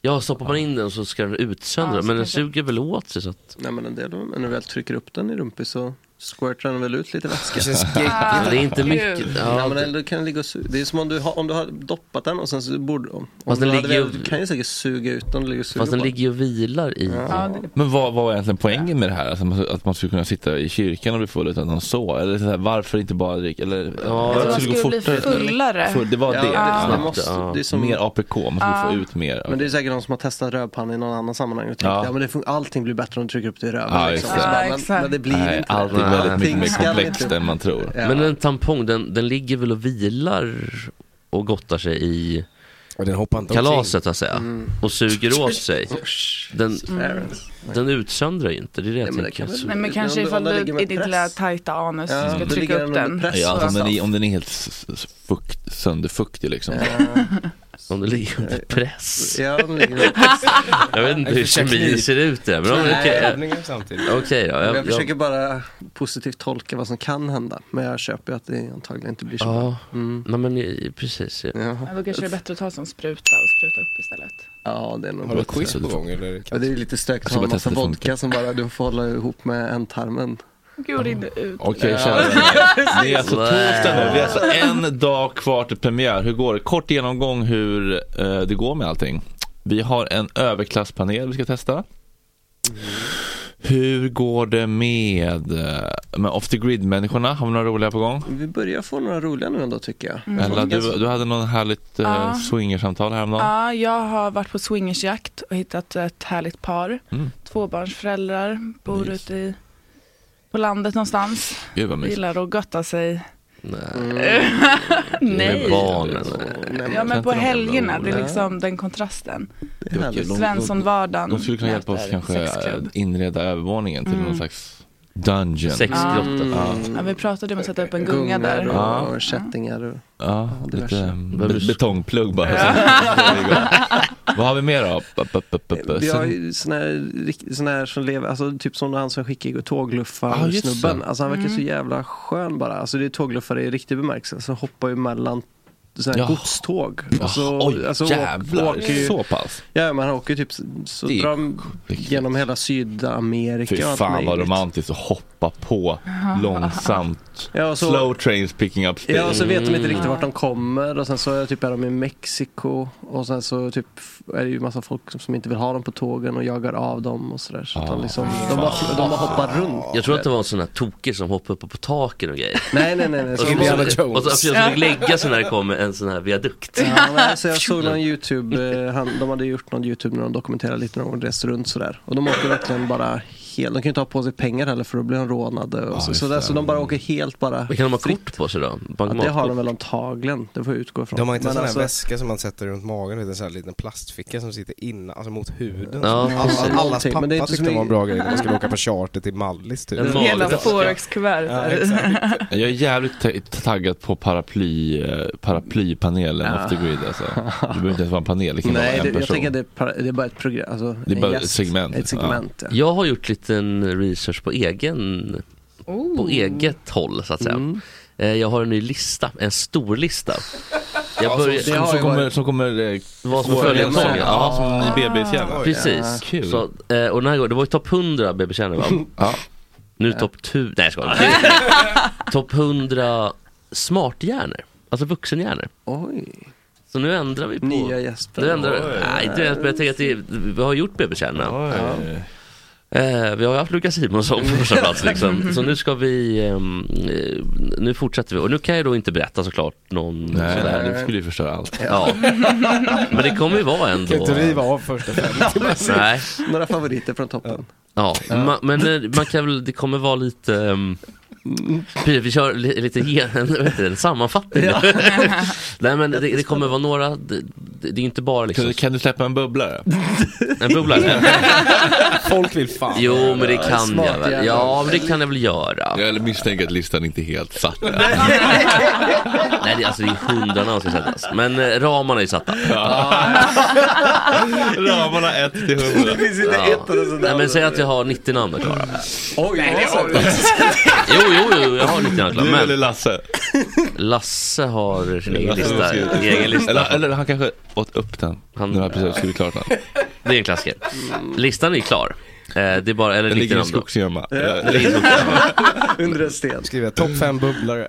Speaker 2: Ja, stoppar man in den så ska den utsöndra,
Speaker 6: Ja, så
Speaker 2: men den
Speaker 6: kanske-
Speaker 2: suger väl åt sig så att...
Speaker 6: Nej men en del av- när du väl trycker upp den i rumpen så squirtar den väl ut lite vätska.
Speaker 2: Det känns geggigt. Ah, det är inte mycket.
Speaker 6: Gud.
Speaker 2: Ja,
Speaker 6: Nej, men
Speaker 2: det-
Speaker 6: den- du kan ligga och su- det är som om du, har, om du har doppat den och sen så borde... Om, om
Speaker 2: Fast
Speaker 6: du,
Speaker 2: den
Speaker 6: hade
Speaker 2: ligger
Speaker 6: väl,
Speaker 2: ju-
Speaker 6: du kan ju säkert suga ut den. Du ligger och suger
Speaker 2: Fast den
Speaker 6: på
Speaker 2: ligger ju och vilar i...
Speaker 6: Ja, det-
Speaker 1: Men vad vad var egentligen poängen med det här? Alltså, man- att man skulle kunna sitta i kyrkan och bli full utan någon så? Eller så här, varför inte bara dricka? Eller, ja,
Speaker 7: man skulle bli fullare.
Speaker 1: Full, det var
Speaker 6: Ja,
Speaker 1: det.
Speaker 6: det-
Speaker 1: Snabbt,
Speaker 6: det måste- det är som-
Speaker 1: Mer APK, man skulle
Speaker 6: Mm. Ja.
Speaker 1: få ut mer.
Speaker 6: Men det är säkert någon som har testat rövpanna i någon annan sammanhang och tyckt
Speaker 1: Ja.
Speaker 6: ja. men det fun- allting blir bättre om du trycker upp det i röven.
Speaker 1: Ja,
Speaker 6: liksom.
Speaker 1: just
Speaker 6: Så bara,
Speaker 1: det.
Speaker 6: men, men det blir
Speaker 1: Nej,
Speaker 6: inte det.
Speaker 1: allt är väldigt mycket mer
Speaker 6: Allting ska
Speaker 1: komplext
Speaker 6: inte-
Speaker 1: än man tror.
Speaker 6: Ja.
Speaker 2: Men en tampong, den, den ligger väl och vilar och gottar sig i
Speaker 6: inte
Speaker 2: kalaset
Speaker 6: omkring.
Speaker 2: så att säga.
Speaker 6: Mm.
Speaker 2: Och suger åt sig. Den,
Speaker 7: Mm.
Speaker 2: den utsöndrar ju inte, det är det jag tänker. Så-
Speaker 7: Nej men kanske
Speaker 6: om du- om
Speaker 7: ifall
Speaker 6: den
Speaker 7: du
Speaker 6: ligger med
Speaker 7: i ditt
Speaker 6: press.
Speaker 7: lilla tajta anus
Speaker 6: Ja,
Speaker 7: ska
Speaker 6: då
Speaker 7: trycka
Speaker 6: ligger
Speaker 7: upp
Speaker 6: den under
Speaker 7: den.
Speaker 6: press.
Speaker 1: Ja, alltså, om, den
Speaker 6: Alltså.
Speaker 1: är, om den är helt s- s- fukt, sönderfuktig liksom.
Speaker 2: Om den ligger under press.
Speaker 6: Ja, den ligger under
Speaker 1: press.
Speaker 2: Jag vet inte
Speaker 1: Jag
Speaker 2: hur
Speaker 1: försöker
Speaker 2: kemin
Speaker 1: knipa.
Speaker 2: ser ut där. Men om-
Speaker 6: Nej,
Speaker 2: okej,
Speaker 6: övningar
Speaker 5: samtidigt.
Speaker 2: Okej då.
Speaker 6: Jag,
Speaker 2: Jag,
Speaker 6: försöker
Speaker 2: jag,
Speaker 6: bara positivt tolka vad som kan hända. Men jag köper ju att det antagligen inte blir så Mm.
Speaker 2: ja,
Speaker 6: bra.
Speaker 2: nej men eh, precis. Ja.
Speaker 7: Ja, då kanske det är bättre att ta som spruta och spruta upp istället.
Speaker 6: Ja, det är nog
Speaker 5: Har du
Speaker 6: bättre.
Speaker 5: quiz på gång, eller?
Speaker 6: Ja, det är lite stökigt att
Speaker 5: Jag ska
Speaker 6: ha
Speaker 5: bara
Speaker 6: en massa
Speaker 5: testa det
Speaker 6: vodka som bara du får hålla ihop med ändtarmen.
Speaker 7: Gud, rinner ut.
Speaker 1: Okej,
Speaker 6: Ja.
Speaker 1: kära vänner. Det är alltså
Speaker 6: Wow.
Speaker 1: torsdag nu. Det är alltså en dag kvar till premiär. Hur går det? Kort genomgång hur eh, det går med allting. Vi har en överklasspanel vi ska testa. Hur går det med, eh, med off the grid-människorna? Har vi några roliga på gång?
Speaker 6: Vi börjar få några roliga nu ändå tycker jag.
Speaker 1: Ella, du, du hade någon härligt eh,
Speaker 7: Mm. Ja.
Speaker 1: swingersamtal häromdagen.
Speaker 7: Ja, jag har varit på swingersjakt och hittat ett härligt par.
Speaker 1: Mm.
Speaker 7: Tvåbarnsföräldrar, bor
Speaker 1: Nice.
Speaker 7: ute i, på landet någonstans.
Speaker 1: Gud vad mysigt. Mm.
Speaker 7: Gillar att gotta sig.
Speaker 2: Nej.
Speaker 7: Nej.
Speaker 2: Med barnen.
Speaker 7: Ja men på
Speaker 1: Kan inte de-
Speaker 7: helgerna, det är
Speaker 1: Nej.
Speaker 7: liksom den kontrasten.
Speaker 1: Det var kul. De- de-
Speaker 7: Svenssonvardagen
Speaker 1: De skulle kunna hjälpa oss
Speaker 7: möter
Speaker 1: kanske
Speaker 7: sexklubb.
Speaker 1: att inreda övervåningen till
Speaker 7: Mm.
Speaker 1: någon slags dungeon.
Speaker 7: Sexgrotta.
Speaker 1: Ja.
Speaker 7: Mm. Ja, vi pratade om att sätta upp en gunga där.
Speaker 6: och,
Speaker 1: Ja.
Speaker 6: och kättingar och...
Speaker 1: Ja, lite
Speaker 6: diverse.
Speaker 1: mm, be- betongplugg bara. Så är vi igång. Vad har vi mer då? Upp, upp, upp, upp, upp.
Speaker 6: Vi har
Speaker 1: Sen-
Speaker 6: ju sån här, rikt- sån här som lever, alltså typ som han som skickade igår,
Speaker 1: Ja, just
Speaker 6: tågluffar-snubben.
Speaker 1: det.
Speaker 6: alltså han verkar
Speaker 1: Mm.
Speaker 6: så jävla skön bara. Alltså det är tågluffare i riktig bemärkelse. Så hoppar ju mellan sån här
Speaker 1: Ja.
Speaker 6: godståg.
Speaker 1: Ja,
Speaker 6: Alltså,
Speaker 1: oj,
Speaker 6: alltså, åk-
Speaker 1: jävlar,
Speaker 6: åker ju-
Speaker 1: så pass?
Speaker 6: Ja, men han åker ju typ så- så
Speaker 1: Det är
Speaker 6: drar han genom hela Sydamerika.
Speaker 1: Fy
Speaker 6: och allt
Speaker 1: fan vad
Speaker 6: möjligt.
Speaker 1: romantiskt att hoppa på långsamt.
Speaker 6: Ja, och så-
Speaker 1: Slow trains picking up speed.
Speaker 6: Ja, och så vet de inte riktigt vart
Speaker 1: Mm.
Speaker 6: de kommer och sen så är, typ, är de i Mexiko och sen så typ, f- är det ju massa folk som, som inte vill ha dem på tågen och jagar av dem och sådär. Så att de, liksom, de, bara, de bara hoppar runt.
Speaker 2: Jag tror att det var en sån här tokig som hoppade uppe på taken och grejer.
Speaker 6: Nej, nej, nej. nej. Så
Speaker 2: Och så, och så, och så fick lägga sig när det kom en sån här viadukt.
Speaker 6: Ja, men alltså jag såg någon YouTube, eh, han, de hade gjort någon YouTube när de dokumenterade lite när de reste runt sådär. Och de åker verkligen bara helt, de kan ju inte ha på sig pengar heller för då blir de rånade. Och så,
Speaker 2: just
Speaker 6: så, där,
Speaker 2: det.
Speaker 6: så de bara åker helt bara
Speaker 2: Men kan de ha
Speaker 6: fritt.
Speaker 2: kort på sig då?
Speaker 6: Ja, det har de
Speaker 2: Bankomatkort?
Speaker 6: väl antagligen, det får jag utgå ifrån.
Speaker 5: De har inte en
Speaker 6: Men
Speaker 5: sån här
Speaker 6: alltså-
Speaker 5: väska som man sätter runt magen, utan en sån här liten plastficka som sitter innan, alltså mot huden.
Speaker 6: Ja,
Speaker 5: Alla-
Speaker 6: precis.
Speaker 5: allas
Speaker 6: Någonting,
Speaker 5: pappa
Speaker 6: men det är inte
Speaker 5: tyckte
Speaker 6: så
Speaker 5: det var en bra
Speaker 6: mycket-
Speaker 5: grej när man skulle åka på charter till Mallis typ.
Speaker 1: En Hela Mallis.
Speaker 7: Forex-kuvertet.
Speaker 5: Ja, exakt.
Speaker 1: Jag är jävligt ta- taggad på paraply, eh, paraplypanelen
Speaker 6: Ja.
Speaker 1: off the grid alltså. Det behöver inte ens vara en panel, det kan
Speaker 6: Nej,
Speaker 1: vara en
Speaker 6: det, jag
Speaker 1: person.
Speaker 6: tänker att det är, par- det är bara ett program, alltså,
Speaker 1: Det är
Speaker 6: en
Speaker 1: bara
Speaker 6: gäst.
Speaker 1: ett segment.
Speaker 6: Ett segment ja.
Speaker 2: Jag har gjort liten research på egen på eget håll så att säga.
Speaker 6: Mm.
Speaker 2: Eh, Jag har en ny lista, en stor lista. Jag
Speaker 1: Ja,
Speaker 2: börjar-
Speaker 1: som, som, som kommer, som kommer eh,
Speaker 2: Vad som
Speaker 1: gå
Speaker 2: följer
Speaker 1: igenom. Ja, som i
Speaker 6: Ah.
Speaker 1: BB-serien.
Speaker 2: Precis.
Speaker 1: Kul.
Speaker 2: Så, eh, och den här gången, det var ju topp 100 BB-kärnor va?
Speaker 1: ja.
Speaker 2: Nu topp 1000, nej jag skojar. topp 100 smarthjärnor, alltså vuxenhjärnor.
Speaker 6: Oj.
Speaker 2: Så nu ändrar vi på...
Speaker 6: Nya Jesper.
Speaker 2: Nu ändrar
Speaker 6: Oj.
Speaker 2: Nej, inte Jesper, jag tänker att det, vi har gjort BB-kärnorna.
Speaker 1: Oj.
Speaker 2: Eh, vi har ju haft Lukas Simonsson på första plats liksom. Så nu ska vi, ehm, eh, nu fortsätter vi. Och nu kan jag då inte berätta såklart någon
Speaker 1: Nej,
Speaker 2: sådär.
Speaker 1: nej, det skulle ju förstöra allt.
Speaker 2: Ja. Men det kommer ju vara ändå.
Speaker 5: Kan inte riva av första fem.
Speaker 2: Nej.
Speaker 6: Några favoriter från toppen.
Speaker 2: Ja, ma- men eh, man kan väl, det kommer vara lite ehm, vi- vi kör li- lite ge- en, vad heter det, en sammanfattning.
Speaker 1: Ja.
Speaker 2: Nej men det, det kommer vara några, det, det det är inte bara liksom
Speaker 1: Kan, kan du släppa en bubblare?
Speaker 2: en bubblare.
Speaker 5: Folk vill fan.
Speaker 2: Jo men det kan jag väl, ja men det kan jag väl göra.
Speaker 1: Jag misstänker att listan inte är helt satt.
Speaker 2: Nej det, är- alltså det är hundarna som ska sättas. Men eh, ramarna är ju satta.
Speaker 1: Ramarna 1 till 100.
Speaker 6: Det finns inte ett och det är sådär.
Speaker 2: Nej men säg att jag har 90 namn klara.
Speaker 6: Oj, Nej,
Speaker 2: Jo, jo, jo, jag har 90 namn klara.
Speaker 1: Du
Speaker 2: Men
Speaker 1: eller Lasse?
Speaker 2: Lasse har sin egen
Speaker 1: Lasse
Speaker 2: lista.
Speaker 1: har skrivit.
Speaker 2: Egen lista.
Speaker 1: Eller, eller han kanske åt upp den.
Speaker 2: Han,
Speaker 1: Nu har jag precis skrivit klart den.
Speaker 2: Det är en klassiker. Listan är klar. Eh, Det är bara, eller
Speaker 1: Den ligger i
Speaker 2: nicknamn då.
Speaker 1: skogsgömma.
Speaker 2: Ja, den ligger i skogsgömma.
Speaker 6: Under en sten.
Speaker 5: Skriver jag topp fem bubblare.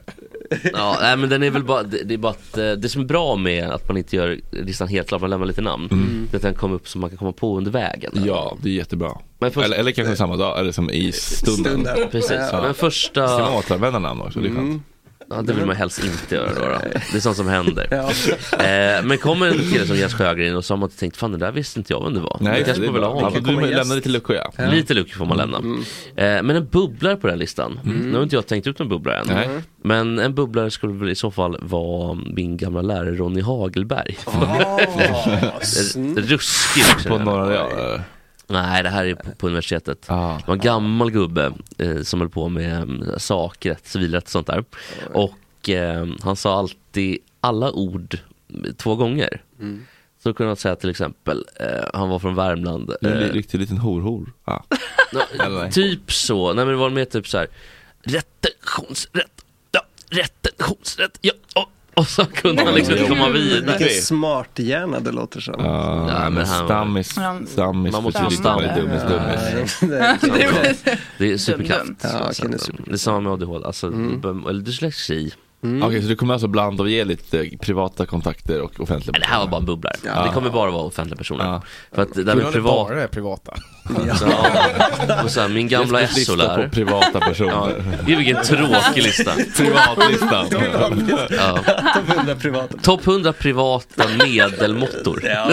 Speaker 2: Ja, nej, men den är väl bara, det, det är bara att, eh, det som är bra med att man inte gör listan helt klar, man lämnar lite namn.
Speaker 1: Mm.
Speaker 2: Det är att den kommer upp som man kan komma på under vägen.
Speaker 1: Ja, det är jättebra.
Speaker 2: Men först-
Speaker 1: eller, eller kanske samma dag, eller som i stunden.
Speaker 2: Stunden, precis. Men första-
Speaker 1: Ska man återanvända namn också? Det är skönt.
Speaker 5: Mm.
Speaker 2: Ja, det vill man helst inte göra då, då. Det är sånt som händer. Eh, men kommer en kille som Jens Sjögren och så har man tänkt, fan det där visste inte jag vem det var.
Speaker 1: Nej,
Speaker 2: det kanske
Speaker 1: det är
Speaker 2: man vill
Speaker 1: bra.
Speaker 2: ha
Speaker 1: Man
Speaker 2: honom.
Speaker 1: får- du lämnar lite luckor, ja. Ja.
Speaker 2: Lite luckor får man lämna. Eh, men en bubblare på den här listan. Nu har inte jag tänkt ut någon bubblare än.
Speaker 1: Nej.
Speaker 2: Men en bubblare skulle väl i så fall vara min gamla lärare Ronny Hagelberg. Ruskigt.
Speaker 1: På
Speaker 2: Norra Real? Nej, det här är på, på universitetet.
Speaker 1: Ah.
Speaker 2: Det var en gammal gubbe eh, som höll på med mm, sakrätt, civilrätt och sånt där. Och eh, han sa alltid alla ord eh, två gånger.
Speaker 1: Mm.
Speaker 2: Så kunde han säga till exempel, eh, han var från Värmland.
Speaker 1: Du är en
Speaker 2: eh,
Speaker 1: li- riktig liten horhor. Ja. Eller?
Speaker 2: Typ så, nej men det var mer typ så här. retentionsrätt, ja, retentionsrätt, ja, och, och så kunde han liksom inte komma vidare.
Speaker 6: Vilken smart hjärna det låter som.
Speaker 1: Ja, men
Speaker 2: men han var-
Speaker 1: stammis, stammis.
Speaker 2: Man måste
Speaker 1: betyder
Speaker 2: vara
Speaker 1: inte bara
Speaker 2: stammis.
Speaker 1: Dummis, dummis.
Speaker 2: Det är superkraft.
Speaker 1: Ja, okej, det är
Speaker 2: Det är samma med ADHD, alltså, du behöver- eller dyslexi.
Speaker 1: Okej, så du kommer alltså blanda och ge lite privata kontakter och offentliga?
Speaker 2: Det här var bara en bubblare.
Speaker 1: Ja.
Speaker 2: Det kommer bara vara offentliga personer. För att det där
Speaker 4: Kul om
Speaker 2: med
Speaker 4: det
Speaker 2: privat...
Speaker 4: bara är privata.
Speaker 2: Så, ja. och så här, min gamla
Speaker 1: Jesper
Speaker 2: SO
Speaker 1: listar
Speaker 2: lärare.
Speaker 1: på privata personer.
Speaker 2: Gud vilken tråkig lista.
Speaker 1: Privatlistan.
Speaker 2: Ja.
Speaker 6: Topp 100 privata.
Speaker 2: Topp 100 privata medelmåttor.
Speaker 6: Ja.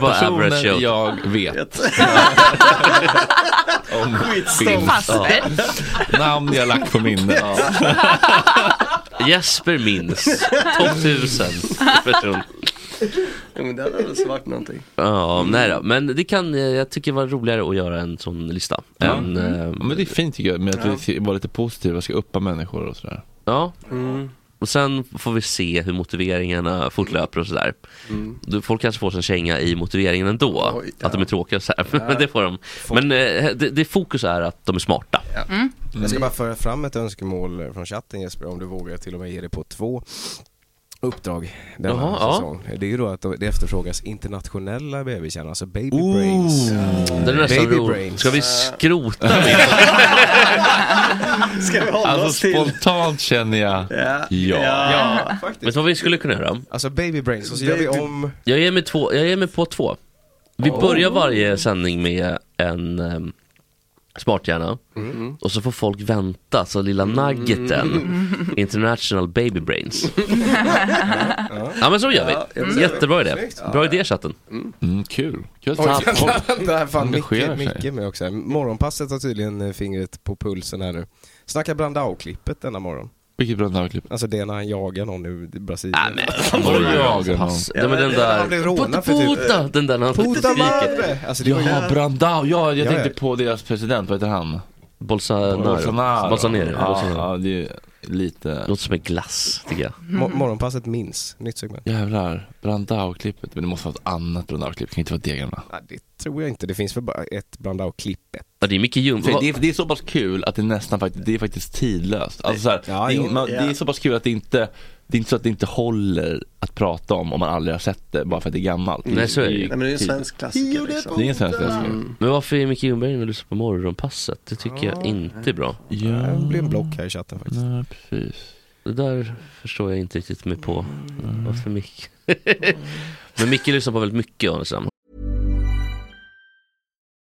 Speaker 2: Vad är
Speaker 1: Personer
Speaker 2: average joke?
Speaker 1: jag vet. Om
Speaker 2: Skitstolt.
Speaker 1: finns.
Speaker 2: Faster.
Speaker 1: Ja. Namn jag lagt på minnet.
Speaker 2: Jesper minns. Topp 1000 person.
Speaker 6: Ja, men det hade väl varit någonting.
Speaker 2: Ja, nej då. Men det kan, eh, jag tycker det var roligare att göra en sån lista.
Speaker 1: Ja.
Speaker 2: Än, eh,
Speaker 1: Ja, men det är fint tycker jag, med att
Speaker 2: Ja.
Speaker 1: vi var lite positiva, ska uppa människor och sådär.
Speaker 2: Ja.
Speaker 6: Mm.
Speaker 2: Och sen får vi se hur motiveringarna fortlöper och sådär. Du- Folk kanske får sin känga i motiveringen ändå. Att de är tråkiga och sådär. Men det får de. Men eh, det, det fokus är att de är smarta.
Speaker 7: Mm.
Speaker 5: Jag
Speaker 2: Mm.
Speaker 5: ska bara föra fram ett önskemål från chatten Jesper, om du vågar till och med ge det på två uppdrag denna
Speaker 2: Jaha, ja.
Speaker 5: säsong. Det är ju då att det efterfrågas internationella bebisar, alltså baby brains.
Speaker 2: Den är nästan
Speaker 5: baby
Speaker 2: rolig.
Speaker 5: brains.
Speaker 2: Ska vi skrota det?
Speaker 6: Ska vi hålla oss
Speaker 1: Alltså
Speaker 6: till...
Speaker 1: spontant känner jag, ja.
Speaker 6: Ja.
Speaker 2: Vet du vad vi skulle kunna göra?
Speaker 5: Alltså baby brains, och så gör vi
Speaker 6: Baby-
Speaker 5: om...
Speaker 2: Jag ger mig, två, jag ger mig på två. Vi
Speaker 5: Oh.
Speaker 2: börjar varje sändning med en um, smarthjärna.
Speaker 5: Mm.
Speaker 2: Och så får folk vänta, så lilla nuggeten, international baby brains. Ja men så gör vi. Jättebra idé. Bra idé chatten.
Speaker 1: Mm, kul. Kul
Speaker 5: Oj,
Speaker 1: att folk
Speaker 5: det här fan
Speaker 1: engagerar
Speaker 5: mycket,
Speaker 1: sig.
Speaker 5: mycket med också. här. Morgonpasset har tydligen eh, fingret på pulsen här nu. Snacka Brandao-klippet denna morgon.
Speaker 1: Vilket Brandao-klipp?
Speaker 5: Alltså det är när han jagar någon nu i Brasilien.
Speaker 2: Nej men, vadå jagar någon? Nej men den
Speaker 5: Han blev
Speaker 2: där,
Speaker 5: rånad för typ...
Speaker 2: puta, den där när han
Speaker 5: Puta
Speaker 2: skriker.
Speaker 5: madre! Alltså, det var ju-
Speaker 1: Jaha, Brandao. Ja, jag
Speaker 5: Ja,
Speaker 1: tänkte
Speaker 5: ja.
Speaker 1: på deras president, vad heter han?
Speaker 2: Bolsonaro.
Speaker 1: Bolsonaro.
Speaker 2: Bolsonaro.
Speaker 1: Ja,
Speaker 2: Bolsonaro.
Speaker 1: ja, det är lite... Mm.
Speaker 2: Låter som en glass tycker jag.
Speaker 5: Mo- Morgonpasset minns, nytt segment.
Speaker 1: Jävlar, Brandao-klippet. Men det måste vara ett annat Brandao-klipp, det kan inte vara det gamla.
Speaker 5: Nej, det tror jag inte. Det finns väl bara ett Brandao-klippet.
Speaker 2: Ja, det är mycket ljum.
Speaker 1: För det, är, det är så pass kul att det nästan faktiskt, det är faktiskt tidlöst. Alltså så här, det,
Speaker 5: jo.
Speaker 1: är, man, det är så pass kul att det inte, det är inte så att det inte håller att prata om om man aldrig har sett det bara för att det är gammalt.
Speaker 2: Nej, så är det ju. Nej,
Speaker 6: men det är en svensk klassiker. Liksom.
Speaker 1: Det är ingen svensk klassiker.
Speaker 5: Mm.
Speaker 2: Men varför är Micke Ljungberg inne och lyssnar på morgonpasset? Det tycker jag inte är bra.
Speaker 1: Ja.
Speaker 5: Det blev en block här i chatten faktiskt.
Speaker 1: Nej, precis.
Speaker 2: Det där förstår jag inte riktigt mig på.
Speaker 5: Mm.
Speaker 2: Varför Micke? Men Micke lyssnar på väldigt mycket Anestam.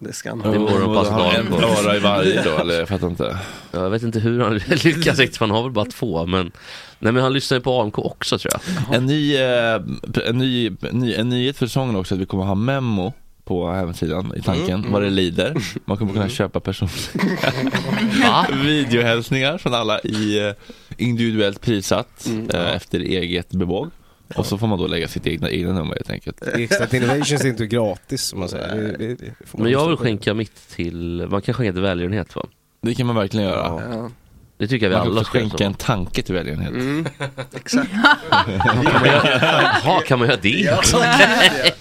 Speaker 6: det ska han
Speaker 2: Det är morgonpass dagen
Speaker 1: En vara i varje då, eller?
Speaker 2: Jag fattar inte. Jag vet inte hur han lyckas riktigt, för han har väl bara två. Men, nej, men han lyssnar ju på AMK också tror jag.
Speaker 1: En ny, eh, en, ny, ny, en nyhet för säsongen också, att vi kommer ha memo på hemsidan i tanken,
Speaker 2: Mm, mm.
Speaker 1: vad det lider. Man kommer kunna köpa personliga videohälsningar från alla i eh, individuellt prissatt eh, efter eget bevåg. Och så får man då lägga sitt egna, egna nummer helt enkelt.
Speaker 5: Ekstedt Innovations är inte gratis som man säger. Det, det, det får man
Speaker 2: Men jag vill
Speaker 5: förstå.
Speaker 2: skänka mitt till, man kan skänka till välgörenhet va?
Speaker 1: Det kan man verkligen göra.
Speaker 2: Det tycker jag vi
Speaker 1: Man kan
Speaker 2: alla
Speaker 1: också skänka en tanke till välgörenhet.
Speaker 5: Mm.
Speaker 6: Exakt.
Speaker 2: Kan man göra- Jaha, kan man göra det också?
Speaker 6: Ja,
Speaker 2: Nej,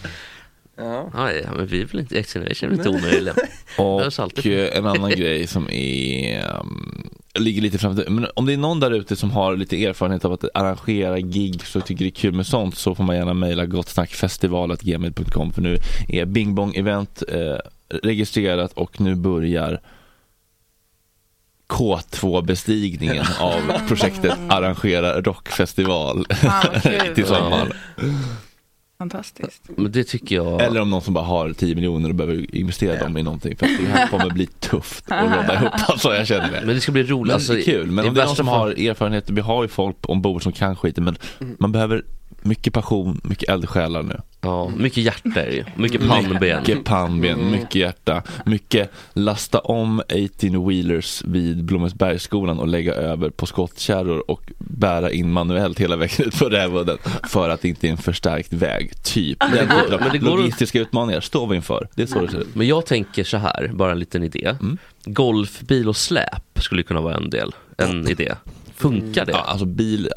Speaker 6: Ja.
Speaker 2: ja, men vi är väl inte, X-Generation är väl inte omöjliga. Behövs
Speaker 1: Och
Speaker 2: alltid.
Speaker 1: eh, en annan grej som är, ehm, ligger lite framför Men om det är någon där ute som har lite erfarenhet av att arrangera gig så tycker det är kul med sånt så får man gärna mejla gottsnackfestival.gmail.com för nu är Bing Bong event eh, registrerat och nu börjar K2-bestigningen av projektet Arrangera rockfestival till sommaren.
Speaker 7: Fantastiskt.
Speaker 2: Men det tycker jag.
Speaker 1: Eller om någon som bara har 10 miljoner och behöver investera dem i någonting för att det här kommer bli tufft att råda ihop alltså, jag känner det.
Speaker 2: Men det ska bli roligt.
Speaker 1: Men
Speaker 2: Alltså,
Speaker 1: det är kul, men
Speaker 2: i
Speaker 1: om det är någon
Speaker 2: värsta
Speaker 1: som
Speaker 2: fall-
Speaker 1: har erfarenhet, vi har ju folk ombord som kan skiten men
Speaker 2: Mm.
Speaker 1: man behöver mycket passion, mycket eldsjälar nu.
Speaker 2: Ja, mycket hjärta är det ju. Mycket pannben.
Speaker 1: Mycket pannben,
Speaker 2: Mm.
Speaker 1: mycket hjärta, mycket lasta om 18-wheelers vid Blommensbergsskolan och lägga över på skottkärror och bära in manuellt hela vägen ut på rävudden för att det inte är en förstärkt väg, typ. Den typen av
Speaker 2: Men det går-
Speaker 1: logistiska utmaningar står vi inför. Det är så det ser ut.
Speaker 2: Men jag tänker så här, bara en liten idé.
Speaker 1: Mm.
Speaker 2: Golfbil och släp skulle kunna vara en del, en idé. Funkar det?
Speaker 1: Ja, alltså bil,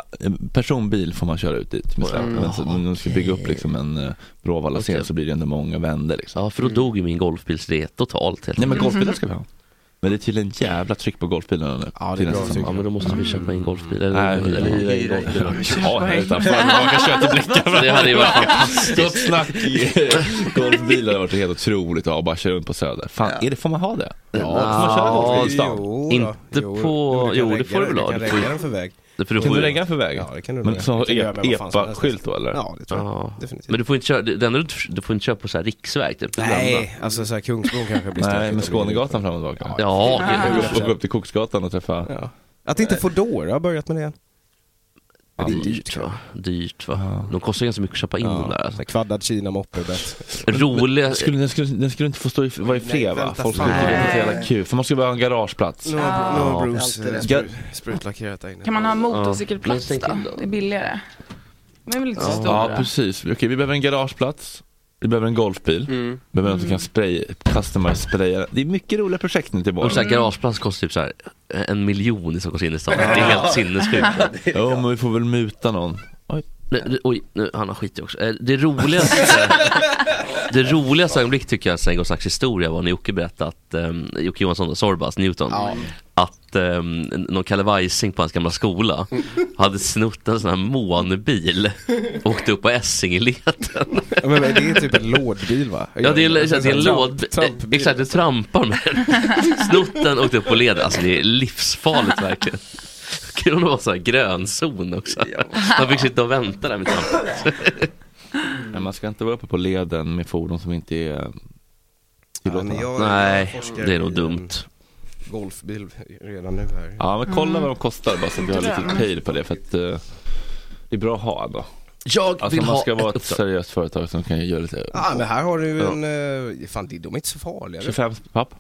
Speaker 1: personbil får man köra ut dit med släp.
Speaker 2: Mm.
Speaker 1: Men så- men om du ska bygga upp liksom en eh, Bråvalla-scen
Speaker 2: Okej.
Speaker 1: så blir det ändå många vändor liksom.
Speaker 2: Ja, för då dog ju min golfbilsidé totalt helt
Speaker 1: Nej men
Speaker 2: enkelt.
Speaker 1: golfbilar ska vi ha. Men det är tydligen jävla tryck på golfbilarna nu.
Speaker 2: Ja,
Speaker 1: Till
Speaker 2: det är bra.
Speaker 1: nästa säsong.
Speaker 2: Ja, men då måste vi köpa in golfbil.
Speaker 1: Nej,
Speaker 2: Eller,
Speaker 1: hyra.
Speaker 2: eller hyra in
Speaker 1: Hyra in.
Speaker 2: golfbil.
Speaker 1: Ja, här utanför. Man kan köra till Blecka.
Speaker 2: Det hade ju varit fantastiskt.
Speaker 1: Gott snack. Golfbilar har varit helt otroligt att ha, bara köra runt på Söder. Fan, är det, får man ha det? Ja, får man köra
Speaker 2: Ja,
Speaker 1: golfbil i stan?
Speaker 2: jo då. Inte Jo, på- men du kan jo, det regga får du den. väl ha. Du
Speaker 5: Du
Speaker 2: får
Speaker 5: kan
Speaker 2: ju-
Speaker 5: regga den för väg.
Speaker 2: Det får du
Speaker 1: Kan
Speaker 2: får
Speaker 1: du
Speaker 2: ju-
Speaker 1: lägga den för väg?
Speaker 5: Ja, det kan du
Speaker 1: Men
Speaker 5: väl.
Speaker 1: så
Speaker 5: Det kan du göra med vad fan som helst.
Speaker 1: epa-skylt då eller?
Speaker 5: Ja, det tror jag. Definitivt.
Speaker 2: Men du får inte köra, det enda du, inte- du får inte köra på så här riksväg typ. Du
Speaker 5: Nej,
Speaker 2: lämnar.
Speaker 5: alltså så här Kungsbron kanske blir Ah.
Speaker 1: Nej,
Speaker 5: stökigt
Speaker 1: men
Speaker 5: att bli-
Speaker 1: Skånegatan fram och tillbaka.
Speaker 2: Ja,
Speaker 1: Och gå upp till Koksgatan och träffa
Speaker 5: Att inte Foodora har börjat med det än.
Speaker 2: Ja, det är dyrt va? Dyrt va? De kostar ganska mycket att köpa in de där. alltså.
Speaker 5: Kvaddad Kina moppebett.
Speaker 2: Roliga...
Speaker 1: Den skulle, den, skulle, den skulle inte få stå i, vara i fred va?
Speaker 5: vänta,
Speaker 1: Folk skulle
Speaker 5: fan.
Speaker 1: inte få så jävla
Speaker 5: Nej.
Speaker 1: kul, för man skulle bara ha en garageplats.
Speaker 5: Nu har- nu har
Speaker 1: Ja.
Speaker 5: Bruce eh,
Speaker 1: Ga-
Speaker 5: spru- sprutlackerat där inne.
Speaker 7: Kan man ha
Speaker 2: men
Speaker 7: motorcykelplats
Speaker 2: tänk
Speaker 7: då?
Speaker 2: till då.
Speaker 7: Det är billigare. De är väl inte så
Speaker 1: Ja,
Speaker 7: stora?
Speaker 1: precis, okej vi behöver en garageplats vi behöver en golfbil,
Speaker 2: Mm.
Speaker 1: vi behöver någon som kan
Speaker 5: Mm.
Speaker 1: spray, customize spraya. Det är mycket roliga projekt nu till
Speaker 2: Och så här
Speaker 1: våren.
Speaker 2: garageplats kostar typ så här en miljon i Stockholms innerstad. Det är helt sinnessjukt.
Speaker 1: Ja, men vi får väl muta någon. Oj,
Speaker 2: nu, oj nu, han har skit i också. Eh, Det roligaste, det roligaste ögonblick tycker jag sen Gossacks historia var när Jocke berättade att, um, Jocke Johansson och Sorbas, Newton, att um, någon Kalle Weising på hans gamla skola hade snott en sån här månbil och åkte upp på Essingeleden.
Speaker 5: Ja, men det är typ en lådbil va?
Speaker 2: Ja det är, det är en låd, eh,
Speaker 5: Trampbil.
Speaker 2: exakt du trampar med den. Snotten åkte upp på leden, alltså det är livsfarligt verkligen. Kul om det var så här grönzon också. Man fick sitta och vänta där med trampet.
Speaker 1: Nej, man ska inte vara uppe på leden med fordon som inte är tillåtna.
Speaker 5: men jag-
Speaker 2: Nej,
Speaker 5: forskar
Speaker 2: det är nog
Speaker 5: i,
Speaker 2: dumt.
Speaker 5: Golfbil redan nu här.
Speaker 1: Ja men kolla vad de kostar bara så att vi har lite
Speaker 5: Mm. Dröm.
Speaker 1: pejl på det för att eh, det är bra att ha ändå.
Speaker 2: Jag
Speaker 1: alltså,
Speaker 5: vill
Speaker 1: man
Speaker 5: ha
Speaker 1: ska
Speaker 5: ett
Speaker 1: vara ett
Speaker 5: uppdrag.
Speaker 1: seriöst företag som kan göra lite.
Speaker 5: Ja men här har du ju
Speaker 1: Ja.
Speaker 5: en, eh, fan det- de är inte så farliga.
Speaker 1: 25 papp?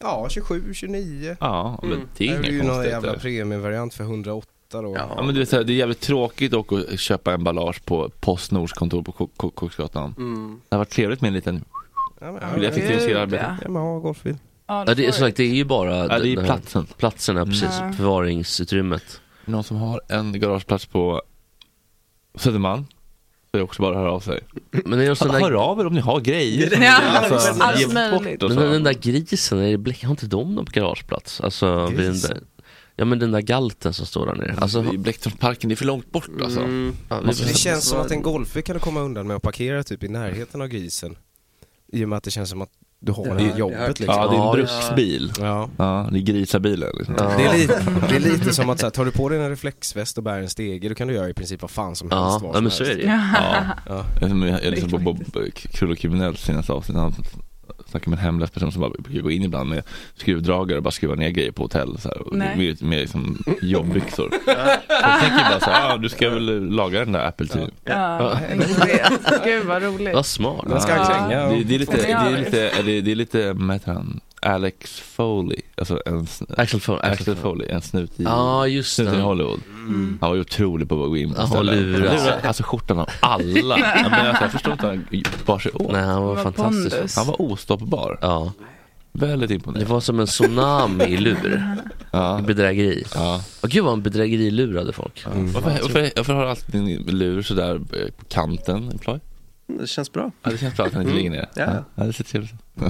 Speaker 5: Ja, 27, 29.
Speaker 1: Ja, men det är
Speaker 5: Här
Speaker 1: inget
Speaker 5: ju någon
Speaker 1: konstigt. eh.
Speaker 5: jävla
Speaker 1: eller?
Speaker 5: premiumvariant för 108 då.
Speaker 1: Ja men du vet så här, det är jävligt tråkigt att åka och köpa emballage på Postnords kontor på Ko- Ko- Koksgatan.
Speaker 5: Mm.
Speaker 1: Det hade varit trevligt med en liten
Speaker 5: Ja, men,
Speaker 1: Vill jag effektivisera arbetet?
Speaker 5: Ja, men ha golfbil.
Speaker 2: Ja, det, är, som sagt, det är ju bara
Speaker 1: Ja, det är
Speaker 2: den här-
Speaker 1: platsen.
Speaker 2: platsen här, precis,
Speaker 5: Mm.
Speaker 2: förvaringsutrymmet.
Speaker 1: någon som har en garageplats på Södermalm så är det också bara att höra av sig.
Speaker 2: Men är det
Speaker 1: Hör,
Speaker 2: sån där-
Speaker 1: hör av er om ni har grejer.
Speaker 2: Ja,
Speaker 1: Alltså,
Speaker 2: allt
Speaker 1: ge bort
Speaker 2: möjligt.
Speaker 1: och
Speaker 2: Men
Speaker 1: så.
Speaker 2: den, den där grisen, är det Bleck, har inte de någon garageplats? Alltså, vid den där,
Speaker 1: Grisen?
Speaker 2: ja men den där galten som står där nere. Alltså, Mm.
Speaker 1: I Blecktorpsparken, det är för långt bort alltså.
Speaker 2: Ja, vi-
Speaker 5: det känns som att en golfbil kan du komma undan med att parkera typ i närheten av grisen. I och med att det känns som att du har den i jobbet liksom.
Speaker 1: Ja, det är en bruksbil.
Speaker 5: Ja.
Speaker 1: ja det är grisabilen. Liksom.
Speaker 5: Det, är lite, det är lite som att så här, tar du på dig en reflexväst och bär en stege då kan du göra i princip vad fan som helst.
Speaker 1: Ja,
Speaker 5: vad
Speaker 1: ja,
Speaker 5: som
Speaker 1: men så är
Speaker 5: helst.
Speaker 1: det ju.
Speaker 5: Ja.
Speaker 1: Jag, som jag, jag lyssnade på Bob Krull och kriminell senaste avsnitt. Han snackade med en hemlös person som bara brukar gå in ibland med skruvdragare och bara skruva ner grejer på hotell. Så här, och
Speaker 7: Nej.
Speaker 1: med med liksom, jobbbyxor. Så jag tänker bara så här, ah, du ska väl laga den där Apple TV.
Speaker 7: Ja, en god idé. Gud vad roligt.
Speaker 2: Vad smart.
Speaker 7: Den ska klänga och-
Speaker 1: det, det är lite,
Speaker 7: Ja,
Speaker 1: det är
Speaker 7: visst.
Speaker 1: lite, eller det är lite, vad heter han? Alex Foley, alltså en, sn-
Speaker 2: Axel Foley,
Speaker 1: Axel
Speaker 2: Axel
Speaker 1: Foley, en snut i,
Speaker 2: Ja, just
Speaker 1: snuten
Speaker 2: det.
Speaker 1: i Hollywood.
Speaker 2: Mm.
Speaker 1: Han var ju otrolig på att gå in på
Speaker 2: Ja,
Speaker 1: ställen.
Speaker 2: luras.
Speaker 1: Han lurade Alltså skjortan av alla. Jag, menar, alltså, jag förstår inte hur han bar sig åt.
Speaker 2: Nej, han var Han var fantastisk. pondus.
Speaker 1: Han var ostoppbar.
Speaker 2: Ja.
Speaker 1: Väldigt imponerande.
Speaker 2: Det var som en tsunami i lur. I Bedrägeri.
Speaker 1: Ja.
Speaker 2: Och gud vad en bedrägerilur hade folk. Mm.
Speaker 1: Varför, varför, varför har du alltid din lur sådär eh, på kanten, Ploy?
Speaker 6: Det känns bra. Mm.
Speaker 1: Ja, det känns bra att den inte ligger ner.
Speaker 6: Ja.
Speaker 1: ja det ser trevligt ut.